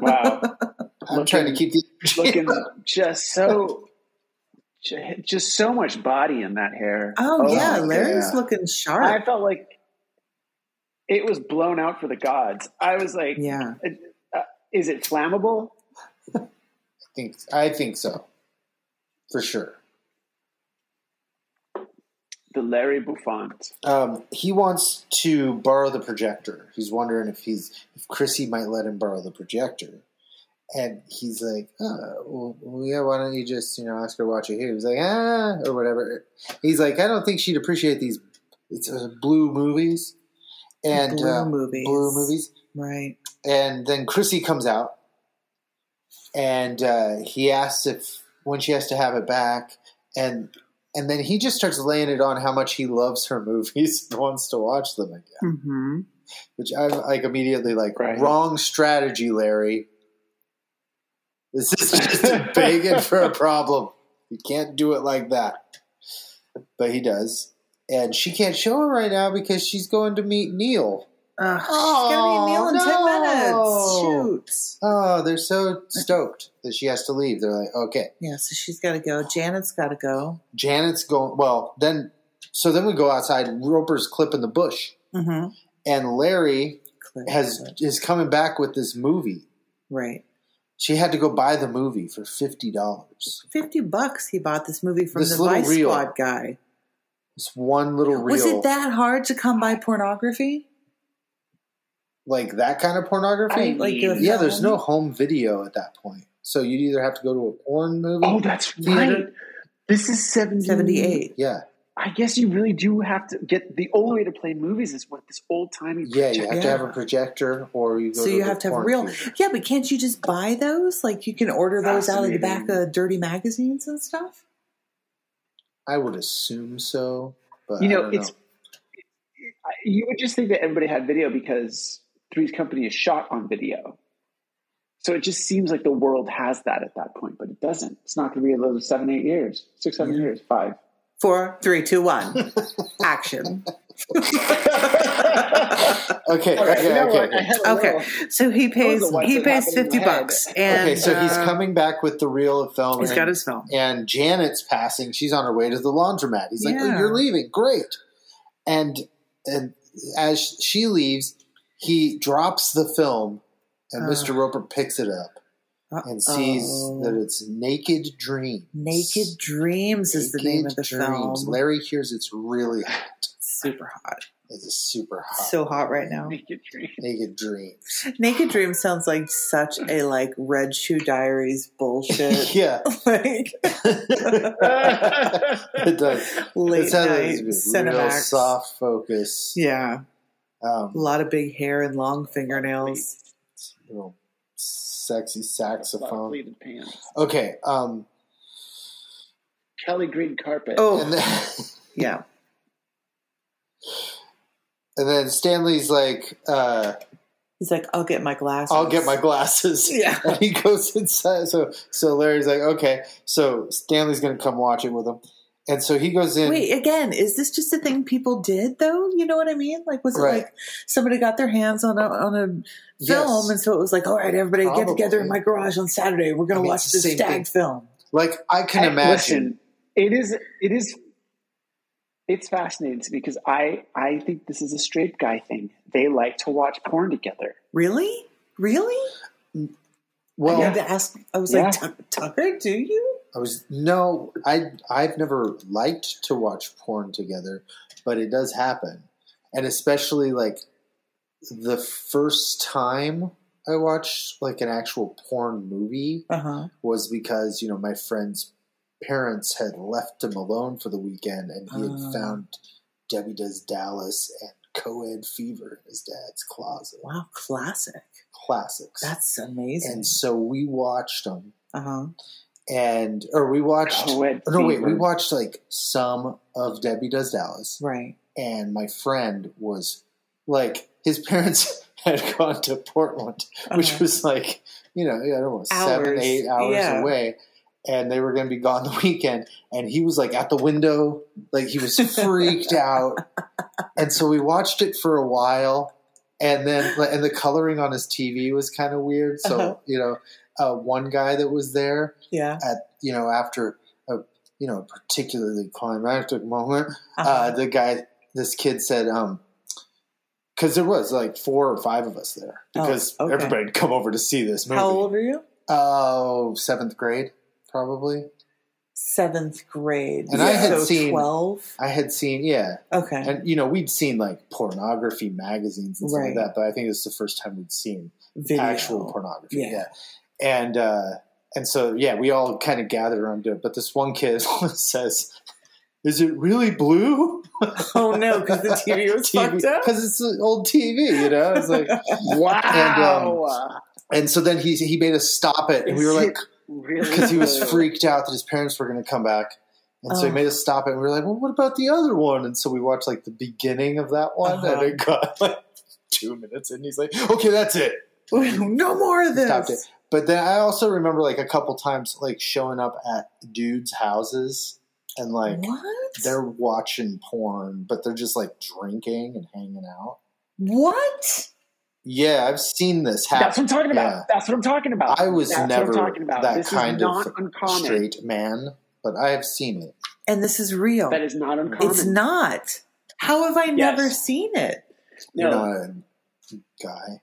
wow. I'm Looking- trying to keep the Looking just so, ju- just so much body in that hair. Oh, yeah, yeah. Larry's looking sharp. I felt like it was blown out for the gods. I was like, yeah. uh, is it flammable? think I think so, for sure. The Larry Buffant. Um, he wants to borrow the projector. He's wondering if he's if Chrissy might let him borrow the projector, and he's like, "Oh, well, yeah, why don't you just you know ask her to watch it here?" He's like, "Ah," or whatever. He's like, "I don't think she'd appreciate these. It's uh, blue movies and Blue um, movies. blue movies." Right. And then Chrissy comes out, and uh, he asks if when she has to have it back, and and then he just starts laying it on how much he loves her movies and wants to watch them again. Mm-hmm. Which I'm like immediately like Right. wrong strategy, Larry. This is just begging for a problem. You can't do it like that. But he does. And she can't show him right now because she's going to meet Neil. Ugh, Oh, she's gonna be a meal in no. ten minutes. Shoot. Oh, they're so stoked that she has to leave. They're like, okay, Yeah, so she's gotta go. Janet's gotta go. Janet's going. Well, then, so then we go outside. Roper's clipping the bush, Mm-hmm. and Larry Click, has click. is coming back with this movie. right. She had to go buy the movie for fifty dollars. Fifty bucks he bought this movie from This the little Vice reel. Squad guy. It's one little reel, Was it that hard to come by pornography? like that kind of pornography. I- Like a mean- yeah, there's no film? home video at that point, so you'd either have to go to a porn movie. Mm-hmm. Oh, that's Theater. right. This is 70. 78. yeah, I guess you really do have to get the only way to play movies is with this old timey. yeah, you have to Yeah. have a projector, or you go. So to you a have to have porn real. theater. Yeah, but can't you just buy those? Like you can order those out of the back Fascinating. of dirty magazines and stuff. I would assume so, but You I know, don't it's you would just think that everybody had video because Three's Company is shot on video. So it just seems like the world has that at that point, but it doesn't. It's not going to be another seven, eight years, six, seven years, five. Four, three, two, one, action. okay. okay, You okay, know what? okay. I had a Okay, little- so he pays. Those are the ones He that pays happen in fifty my head. bucks, and okay, so he's uh, coming back with the reel of film. He's and, got his film. and Janet's passing. She's on her way to the laundromat. He's like, oh, Yeah. "You're leaving, great." And and as she leaves, he drops the film, and Ugh. Mr. Roper picks it up and sees Uh-oh. that it's Naked Dreams. Oh. Naked Dreams is the name of the Naked Dreams. film. Larry hears it's really hot. Super hot, It's a super hot. so hot right now. Make it dream. Naked Dreams. Naked Dreams sounds like such a like Red Shoe Diaries bullshit. yeah, like it does. late It's had a night real Cinemax. soft focus. Yeah, Um, a lot of big hair and long fingernails. little sexy saxophone. Pleated pants. Okay. Um, Kelly green carpet. and, Oh then, yeah, and then Stanley's like, uh, he's like, I'll get my glasses. "I'll get my glasses." Yeah. And he goes inside. So so Larry's like, "Okay." So Stanley's gonna come watch it with him, and so he goes in. Wait, again, is this just a thing people did though? You know what I mean? Like, was it Right. like somebody got their hands on a on a film, Yes. and so it was like, all right, everybody Probably. get together in my garage on Saturday. We're I gonna mean, watch it's the this same stag thing. film. Like I can Hey, imagine. Listen, it is. It is. it's fascinating to me because I I think this is a straight guy thing. They like to watch porn together. Really? Really? Well, I had to ask. I was like, Yeah. "Tuck- Tucker, do you? I was no, I I've never liked to watch porn together, but it does happen, and especially like the first time I watched like an actual porn movie Uh huh. was because you know my friend's parents had left him alone for the weekend, and he Ah. had found Debbie Does Dallas and Coed Fever in his dad's closet, Wow, classic. classics, That's amazing. and so we watched them, Uh huh. and or we watched. Oh, Coed No, wait. We fever. watched like some of Debbie Does Dallas, Right. and my friend was like, his parents had gone to Portland, which Uh-huh. was like, you know, I don't know, seven, Hours. eight hours Yeah. away, and they were going to be gone the weekend, and he was like at the window, like he was freaked out, and so we watched it for a while, and then and the coloring on his TV was kind of weird, so Uh-huh. you know, uh, one guy that was there yeah. you know, after a you know particularly climactic moment, uh, Uh-huh. the guy, this kid said, um, because there was like four or five of us there Oh, because okay. everybody had come over to see this movie. How old are you? Oh, seventh grade, probably. Seventh grade. And I had so seen- twelve. I had seen, yeah, Okay. and you know, we'd seen like pornography magazines and stuff Right. like that, but I think this is the first time we'd seen Video. actual pornography. Yeah. Yeah. And uh, and so yeah, we all kind of gathered around it. But this one kid says, "Is it really blue?" Oh no, because the TV was fucked up. because it's an old TV, you know. It's like, um, Wow. and so then he he made us stop it, and we Is were it like, really? because he was freaked out that his parents were going to come back. And so he Oh. made us stop it, and we were like, "Well, what about the other one?" And so we watched like the beginning of that one, Uh-huh. and it got like two minutes, and he's like, "Okay, that's it." no more of this. Stopped it. But then I also remember like a couple times like showing up at dudes' houses and like what? they're watching porn, but they're just like drinking and hanging out. What? Yeah, I've seen this happen. That's what I'm talking about. Yeah. That's what I'm talking about. I was That's what I'm never talking about. that This kind is of not uncommon. Straight man, but I have seen it. And this is real. That is not uncommon. it's not. How have I never seen it? You're No. not a guy.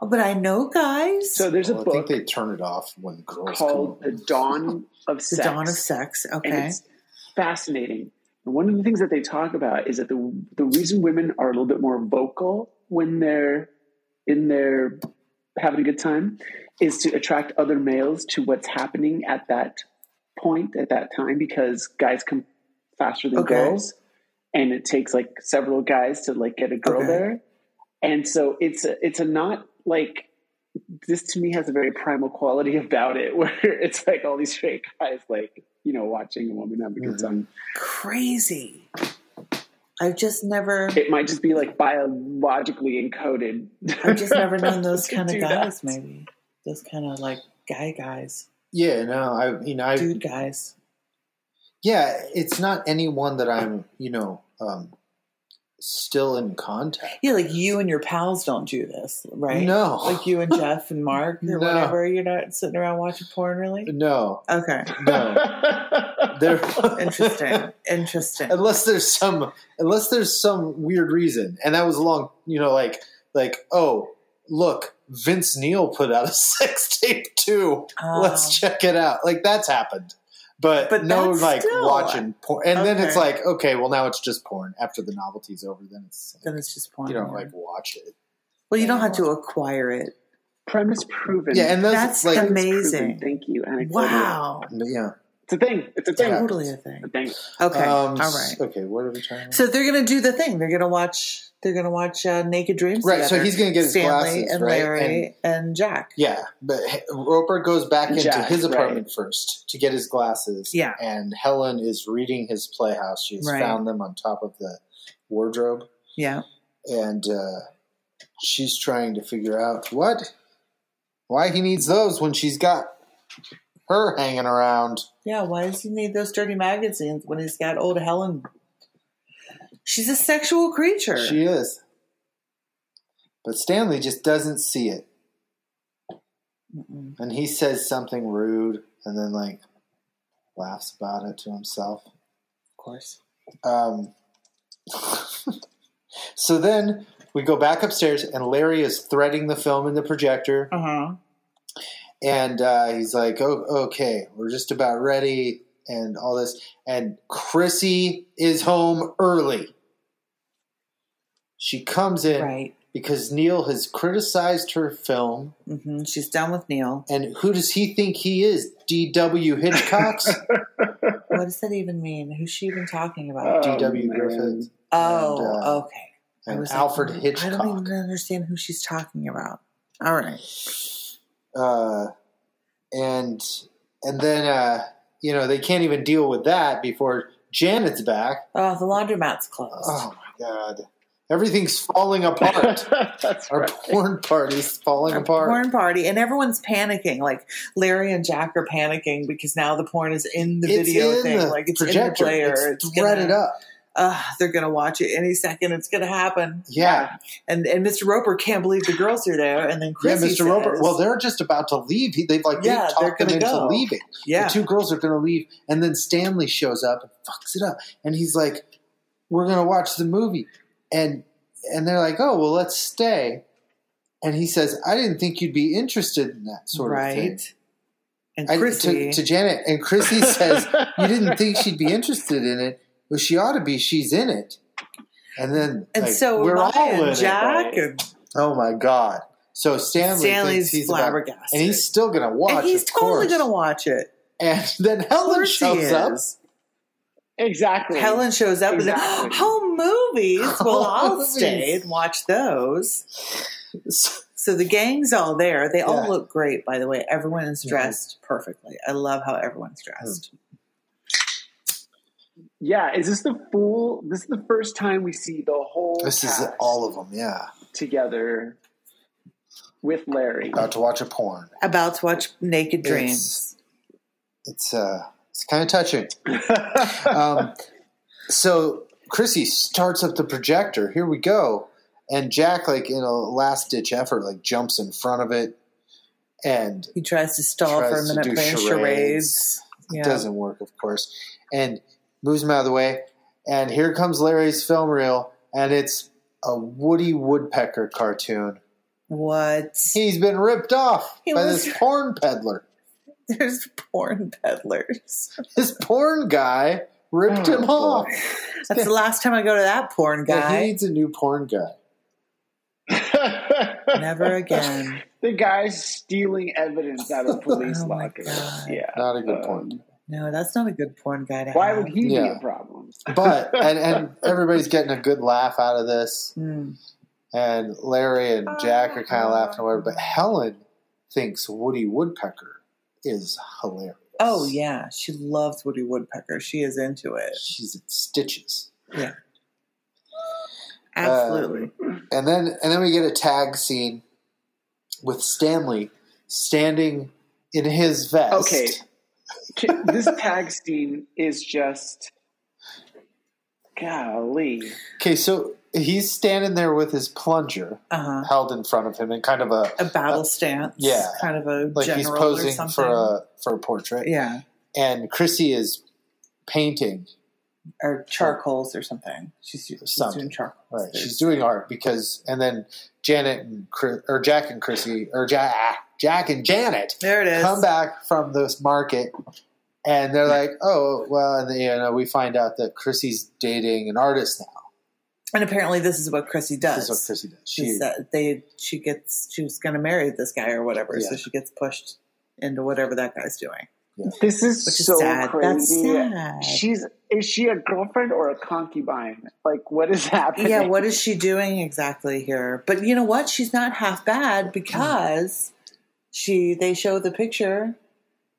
Oh, But I know guys. So there's a Well, I think book they turn it off when girls called come. The Dawn of the Sex. dawn of sex. And Okay. it's fascinating. And one of the things that they talk about is that the the reason women are a little bit more vocal when they're in their having a good time is to attract other males to what's happening at that point at that time because guys come faster than Okay. girls and it takes like several guys to like get a girl Okay. there and so it's a, it's a not like this to me has a very primal quality about it where it's like all these straight guys like you know watching a woman have a good Mm-hmm. Mhm. time Crazy. I've just never. it might just be like biologically encoded I've just never known those to kind of do guys. that. Maybe those kind of like guy guys, Yeah, no, I you know I dude guys. yeah, it's not anyone that I'm you know um, still in contact. Yeah, like you and your pals don't do this, right? No, Like you and Jeff and Mark or No. whatever. You're not sitting around watching porn, really. No, Okay. no. They're Interesting. Interesting. unless there's some unless there's some weird reason, and that was long. You know, like like oh look, Vince Neil put out a sex tape too. Oh. Let's check it out. Like that's happened, but, But no that's like still- watching porn. And then it's Okay. like okay, well now it's just porn. After the novelty's over, then it's Then it's just porn. you don't yeah. like watch it. Well, you don't have to acquire it. premise proven Yeah, and those, That's like Premise proven. amazing. thank you anecdotal. Wow. yeah. it's a thing it's a thing Yeah. Totally a thing. It's a thing Okay. Um, All right. Okay, what are we talking about? So they're gonna do the thing. They're gonna watch. They're gonna watch uh, Naked Dreams. Right, so together. he's gonna get his Stanley glasses, and right? Larry and, Jack. Yeah, but H- Roper goes back into Jack, his apartment first to get his glasses. Yeah. and Helen is reading his playhouse. She's Right. found them on top of the wardrobe, Yeah. and uh, she's trying to figure out what, why he needs those when she's got her hanging around. Yeah. Why does he need those dirty magazines when he's got old Helen? She's a sexual creature. She is, but Stanley just doesn't see it, Mm-mm. and he says something rude, and then like laughs about it to himself. of course. Um, so then we go back upstairs, and Larry is threading the film in the projector, Uh huh. and uh, he's like, "Oh, okay, we're just about ready," and all this. And Chrissy is home early. She comes in Right. because Neil has criticized her film, hmm She's down with Neil. and who does he think he is? D.W. Hitchcock's What does that even mean? Who's she even talking about? Oh, D.W. man. Griffith Oh, Uh, and, uh, okay. I and was like, "Hmm, Alfred I Hitchcock. don't even understand who she's talking about. All right. uh, and and then uh, you know they can't even deal with that before Janet's back. Oh, the laundromat's closed. Oh my god, everything's falling apart. That's Our right. porn party's falling A apart. porn party, and everyone's panicking. Like Larry and Jack are panicking because now the porn is in the it's video in thing. the like it's in the projector. player. It's, threaded gonna, up. Uh, they're gonna watch it any second. It's gonna happen. Yeah, And and Mr. Roper can't believe the girls are there. And then yeah, Chrissy Mr. says, Roper. Well, they're just about to leave. He, they've like they Yeah, they're talked them gonna into go. leaving. yeah, The two girls are going to leave, and then Stanley shows up and fucks it up, and he's like, "We're going to watch the movie," and and they're like, "Oh, well, let's stay," and he says, "I didn't think you'd be interested in that sort of thing." right. And I- Chrissy, to, to Janet, and Chrissy says, "You didn't think she'd be interested in it? Well, she ought to be. She's in it." And then, and like, so we're Maya all in and Jack right? and it. Oh my god! So Stanley Stanley's thinks he's about, flabbergasted, and he's still going to watch. And he's of totally course. gonna watch it. And then Of Helen course he shows is. up. Exactly. Helen shows up Exactly. and home movies. Well, I'll Movies. stay and watch those. So the gang's all there. They all Yeah. look great, by the way. Everyone is Mhm. dressed perfectly. I love how everyone's dressed. yeah, is this the full? This is the first time we see the whole This is cast all of them, yeah. together with Larry. About to watch a porn. About to watch Naked It's- Dreams. It's uh, it's kind of touching. Um, so Chrissy starts up the projector. Here we go, and Jack, like in a last ditch effort, like jumps in front of it, and He tries to stall Tries for a to minute do playing charades. charades. Yeah. it doesn't work, of course, and moves him out of the way. And here comes Larry's film reel, and it's a Woody Woodpecker cartoon. What? He's been ripped off He by was- this porn peddler. There's porn peddlers. This porn guy ripped Oh, him boy. off. That's the last time I go to that porn Yeah, he guy. needs a new porn guy. Never again. the guy's stealing evidence out of police Oh my lockers. God. Yeah, Not a good Um, point. No, that's not a good porn guy to Why have. would he be Yeah. a problem? But and, and everybody's getting a good laugh out of this. Mm. And Larry and Jack are kind of laughing or whatever. But Helen thinks Woody Woodpecker is hilarious. Oh yeah, she loves Woody Woodpecker. She is into it. She's in stitches. Absolutely. And then and then we get a tag scene with Stanley standing in his vest. Okay. Ki- this tag scene is just golly. Okay, so he's standing there with his plunger Uh huh. held in front of him in kind of a A battle stance. yeah. Kind of a like general he's or posing something. for a for a portrait. yeah. and Chrissy is painting. Or charcoals or something. She's, she's Something. doing charcoals. Right, she's doing art because, and then Janet and Chris, or Jack and Chrissy or Jack, Jack and Janet there it is. come back from this market, and they're like, "Oh, well," and then, you know, we find out that Chrissy's dating an artist now. And apparently, this is what Chrissy does. This is what Chrissy does. she She, said they she gets she was going to marry this guy or whatever, so Yeah. she gets pushed into whatever that guy's doing, This is which is so sad. crazy. That's sad. She's is she a girlfriend or a concubine? Like what is happening? Yeah, what is she doing exactly here? But you know what? She's not half bad because she they show the picture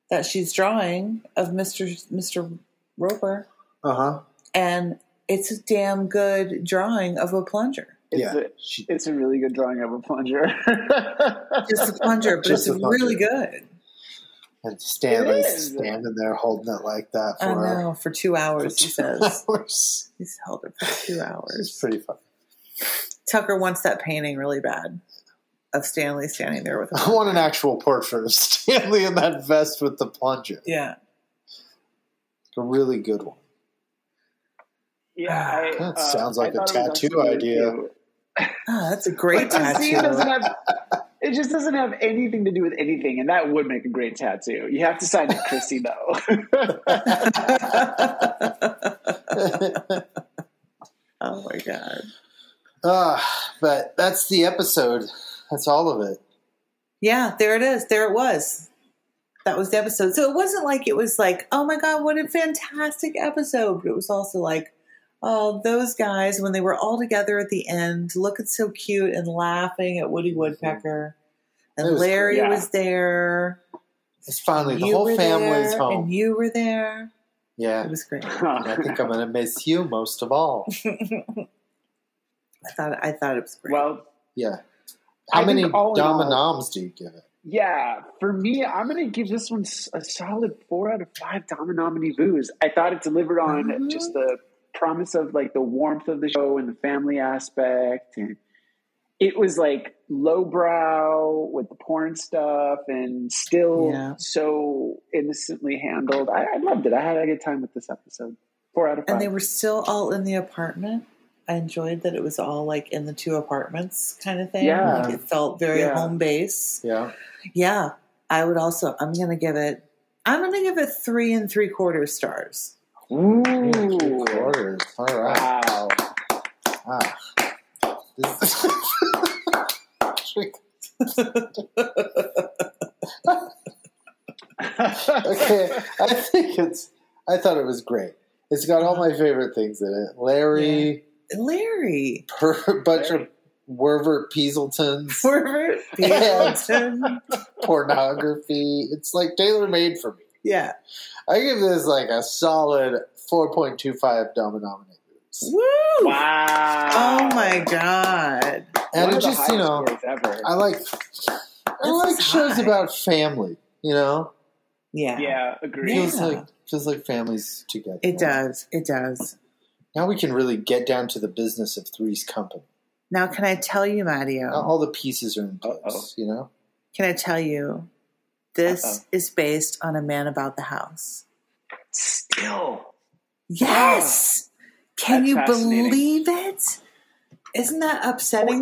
that she's drawing of Mr. Mr. Roper uh huh, and it's a damn good drawing of a plunger. It's yeah, a- she, It's a really good drawing of a plunger. Just a plunger, but Just it's a plunger. really good. and Stanley's It is. standing there holding it like that I for know, for two hours, he says. hours. He's held it for two It's hours. pretty fun. Tucker wants that painting really bad of Stanley standing there with I him. want an actual portrait of Stanley in that vest with the plunger. Yeah. A really good one. Yeah, I, Ah, That uh, sounds I like a thought it was tattoo actually really idea. cute. Oh, that's a great But the scene doesn't tattoo. have. It just doesn't have anything to do with anything, and that would make a great tattoo. You have to sign it, Chrissy, though. Oh my god. Ah, but that's the episode. That's all of it. Yeah, there it is. There it was. That was the episode. So it wasn't like it was like, oh my God, what a fantastic episode. But it was also like, oh, those guys, when they were all together at the end, looking so cute and laughing at Woody Woodpecker. And It was- Larry yeah. was there. It's finally the You whole were family's there, home. And you were there. yeah, It was great. And I think I'm gonna miss you most of all. I thought I thought it was great. well, Yeah. How I think many all in all- dominoms do you give it? yeah. For me, I'm going to give this one s- a solid four out of five Dominominee boos. I thought it delivered on Mhm. just the promise of like the warmth of the show and the family aspect, and it was like lowbrow with the porn stuff, and still Yeah. so innocently handled. I, I loved it. I had a good time with this episode. Four out of five. and they were still all in the apartment. I enjoyed that it was all like in the two apartments kind of thing. Yeah. Like it felt very Yeah. home base. Yeah. Yeah, I would also. I'm gonna give it. I'm gonna give it three and three quarter stars. Two Ooh. quarters. All right. Wow. Ah. This- okay. I think it's I thought it was great. It's got all my favorite things in it. Larry, Larry, per, bunch Larry. of Werver Peaseltons, Herbert, Hamilton. pornography. It's like tailor made for me. Yeah. I give this like a solid 4.25 dominated. Woo! Wow. Oh my god. And One it of the just, you highest know, scores ever. I like I This like is shows high. about family, you know? Yeah. yeah, It agree. Feels Yeah. like feels like families together. It does. It does. Now we can really get down to the business of Three's Company. Now, can I tell you, Mario? Now all the pieces are in place, Uh-oh. you know? Can I tell you? This Uh-oh. is based on a man about the house. Still. Yes. Can That's you fascinating. believe it? Isn't that upsetting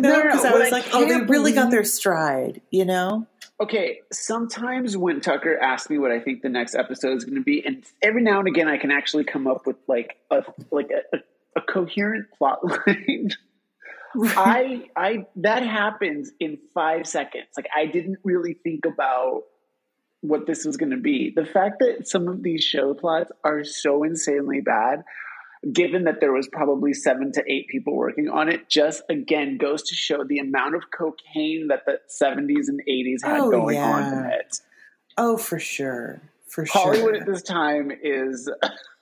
Well, no, though? no, no. Because I What was I like, oh, they can't really got believe- their stride, you know? Okay, sometimes when Tucker asks me what I think the next episode is going to be, and every now and again I can actually come up with like a like a, a, a coherent plot line. I I that happens in five seconds. Like I didn't really think about what this was going to be. The fact that some of these show plots are so insanely bad, given that there was probably seven to eight people working on it, just again goes to show the amount of cocaine that the seventies and eighties had Oh, going on yeah. in it. Oh, for sure. For Hollywood Oh at sure. this time is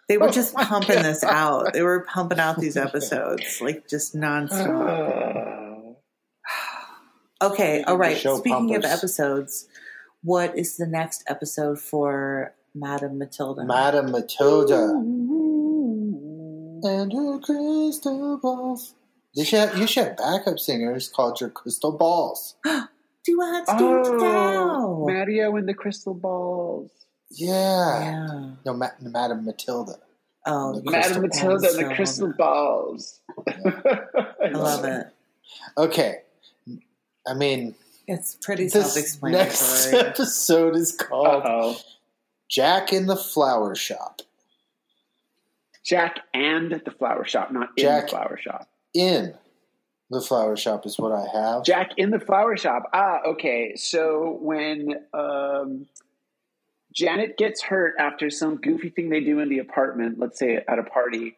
They were just pumping this out. They were pumping out these episodes, like just uh, nonstop. Okay, all right. show Speaking of pumpers. episodes, what is the next episode for Madame Matilda? Madame Matilda and her crystal balls. You should, have, you should have backup singers called your crystal balls. Do I have to oh, do it now? Mario and the Crystal Balls. Yeah. Yeah. No, Ma- Madame Matilda. Oh, Madame Madame crystal Matilda balls, and the so- Crystal Balls. I love it. Okay. I mean, It's pretty this self-explanatory. next episode is called Uh-oh. Jack in the Flower Shop. Jack and the Flower Shop, not in Jack. the Flower Shop. In the Flower Shop is what I have. Jack in the Flower Shop. Ah, okay. So when um, Janet gets hurt after some goofy thing they do in the apartment, let's say at a party,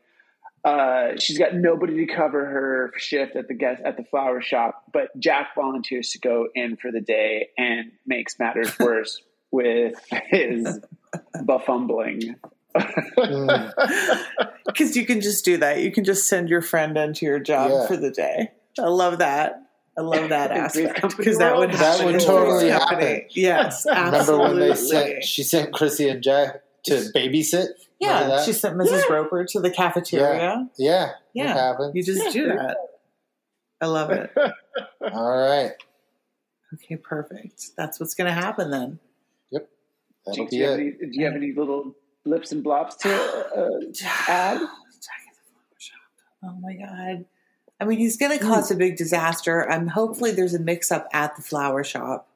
uh, she's got nobody to cover her shift at the guest at the flower shop. But Jack volunteers to go in for the day and makes matters worse with his buffumbling. Mm. Because you can just do that. You can just send your friend into your job Yeah. for the day. I love that. I love that In Three's aspect Company because that would world? happen. That would in Three's totally Company. happen. Yes, Remember absolutely. when they sent she sent Chrissy and Jack to babysit? Remember yeah, that? she sent Mrs. Roper to the cafeteria. yeah, Yeah. It happened. You just do that. I love it. All right, Okay, perfect. That's what's going to happen then. that'll Do be you, have it. any, do you have any little blips and blops to uh, Jack add? in the flower shop. Oh my god. I mean, he's going to cause Mm. a big disaster. I'm hopefully there's a mix up at the flower shop.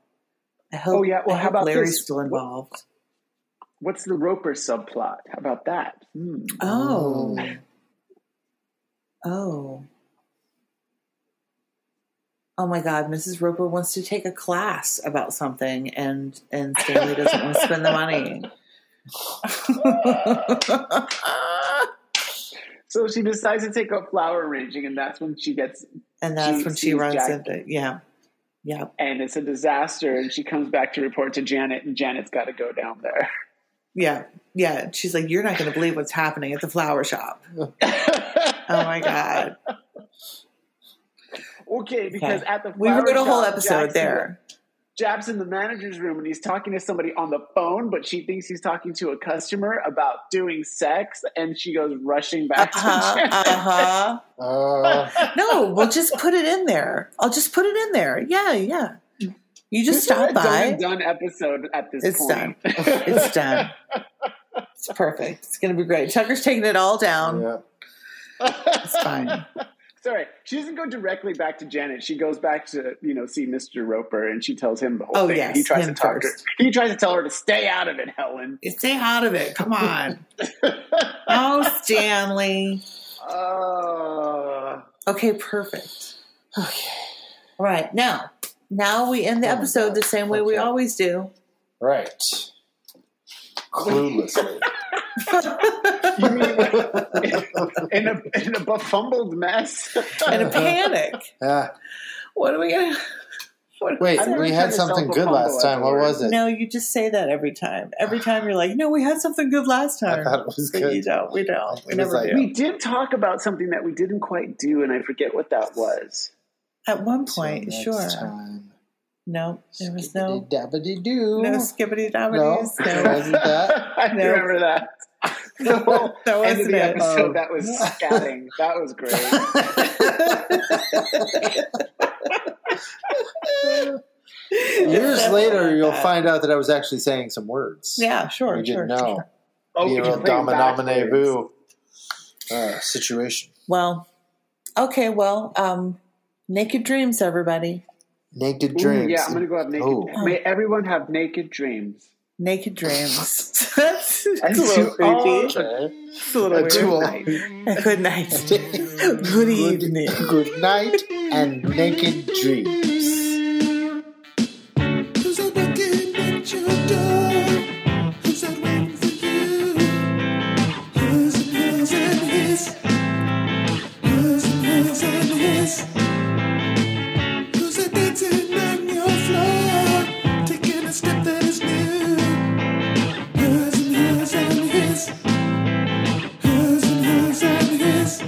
I hope. Oh, yeah. Well, I how hope about Larry's this? still involved? What's the Roper subplot? How about that? Hmm. Oh. Mm. Oh. Oh my God, Mrs. Roper wants to take a class about something, and and Stanley doesn't want to spend the money. So she decides to take up flower arranging, and that's when she gets, and that's She when she sees runs Jack- into yeah, yeah. and it's a disaster. And she comes back to report to Janet, and Janet's got to go down there. Yeah, yeah. She's like, "You're not going to believe what's happening at the flower shop." Oh my god! okay, because at the we flower wrote a whole shop, episode Jack's in the- there. Jab's in the manager's room and he's talking to somebody on the phone, but she thinks he's talking to a customer about doing sex, and she goes rushing Uh back to huh. Janet. Uh huh. Uh, No, we'll just put it in there. I'll just put it in there. Yeah, yeah. You This just is stop a done by. and done episode at this It's point. It's done. It's perfect. It's going to be great. Tucker's taking it all down. yeah. It's fine. Sorry, she doesn't go directly back to Janet. She goes back to you know see Mr. Roper, and she tells him the whole Oh, thing. yes, he tries to him talk to her. first. He tries to tell her to stay out of it, Helen. Stay out of it. Come on. oh, Stanley. Uh, Okay, perfect. Okay. All right. Now, now we end the Oh my episode God. the same way we Okay. always do. Right. Cluelessly. you mean in a in a befumbled mess? And a panic. Yeah. What are we going to. Wait, I'm we had gonna turn yourself something a good fumble last time. What afterwards. was it? No, you just say that every time. Every time you're like, no, we had something good last I time. thought it was But you good. don't. We don't. We It was never like- do. We did talk about something that we didn't quite do, and I forget what that was. At one Till point, next sure. Time. No, there was no Dabbity doo. no skibbity dabbities. No. No. Wasn't that? I No. remember that. The whole end That of wasn't the it. episode Um, that was scatting. That was great. Years Something later, like you'll that. find out that I was actually saying some words. Yeah, sure, we sure. didn't know. Oh, you we know, can play it domine backwards. vu uh, situation. Well, okay, well, um, naked dreams, everybody. Naked Ooh, dreams. yeah, I'm gonna go have naked. Oh. May everyone have naked dreams. Naked dreams. That's a And little to all creepy. the Okay. It's a little Uh, to weird. all- night. Good night. Good evening. Good night and naked dreams. Who's that knocking at your door? Who's that waiting for you? Who's and who's and his? Who's and who's and his? Who's that dancing on your floor? Taking a step that is new. Who's and who's and his? Who's and who's and his?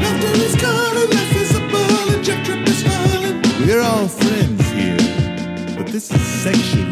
Laughter is calling, life is a ball, and your trip is falling. We're all friends here, but this is section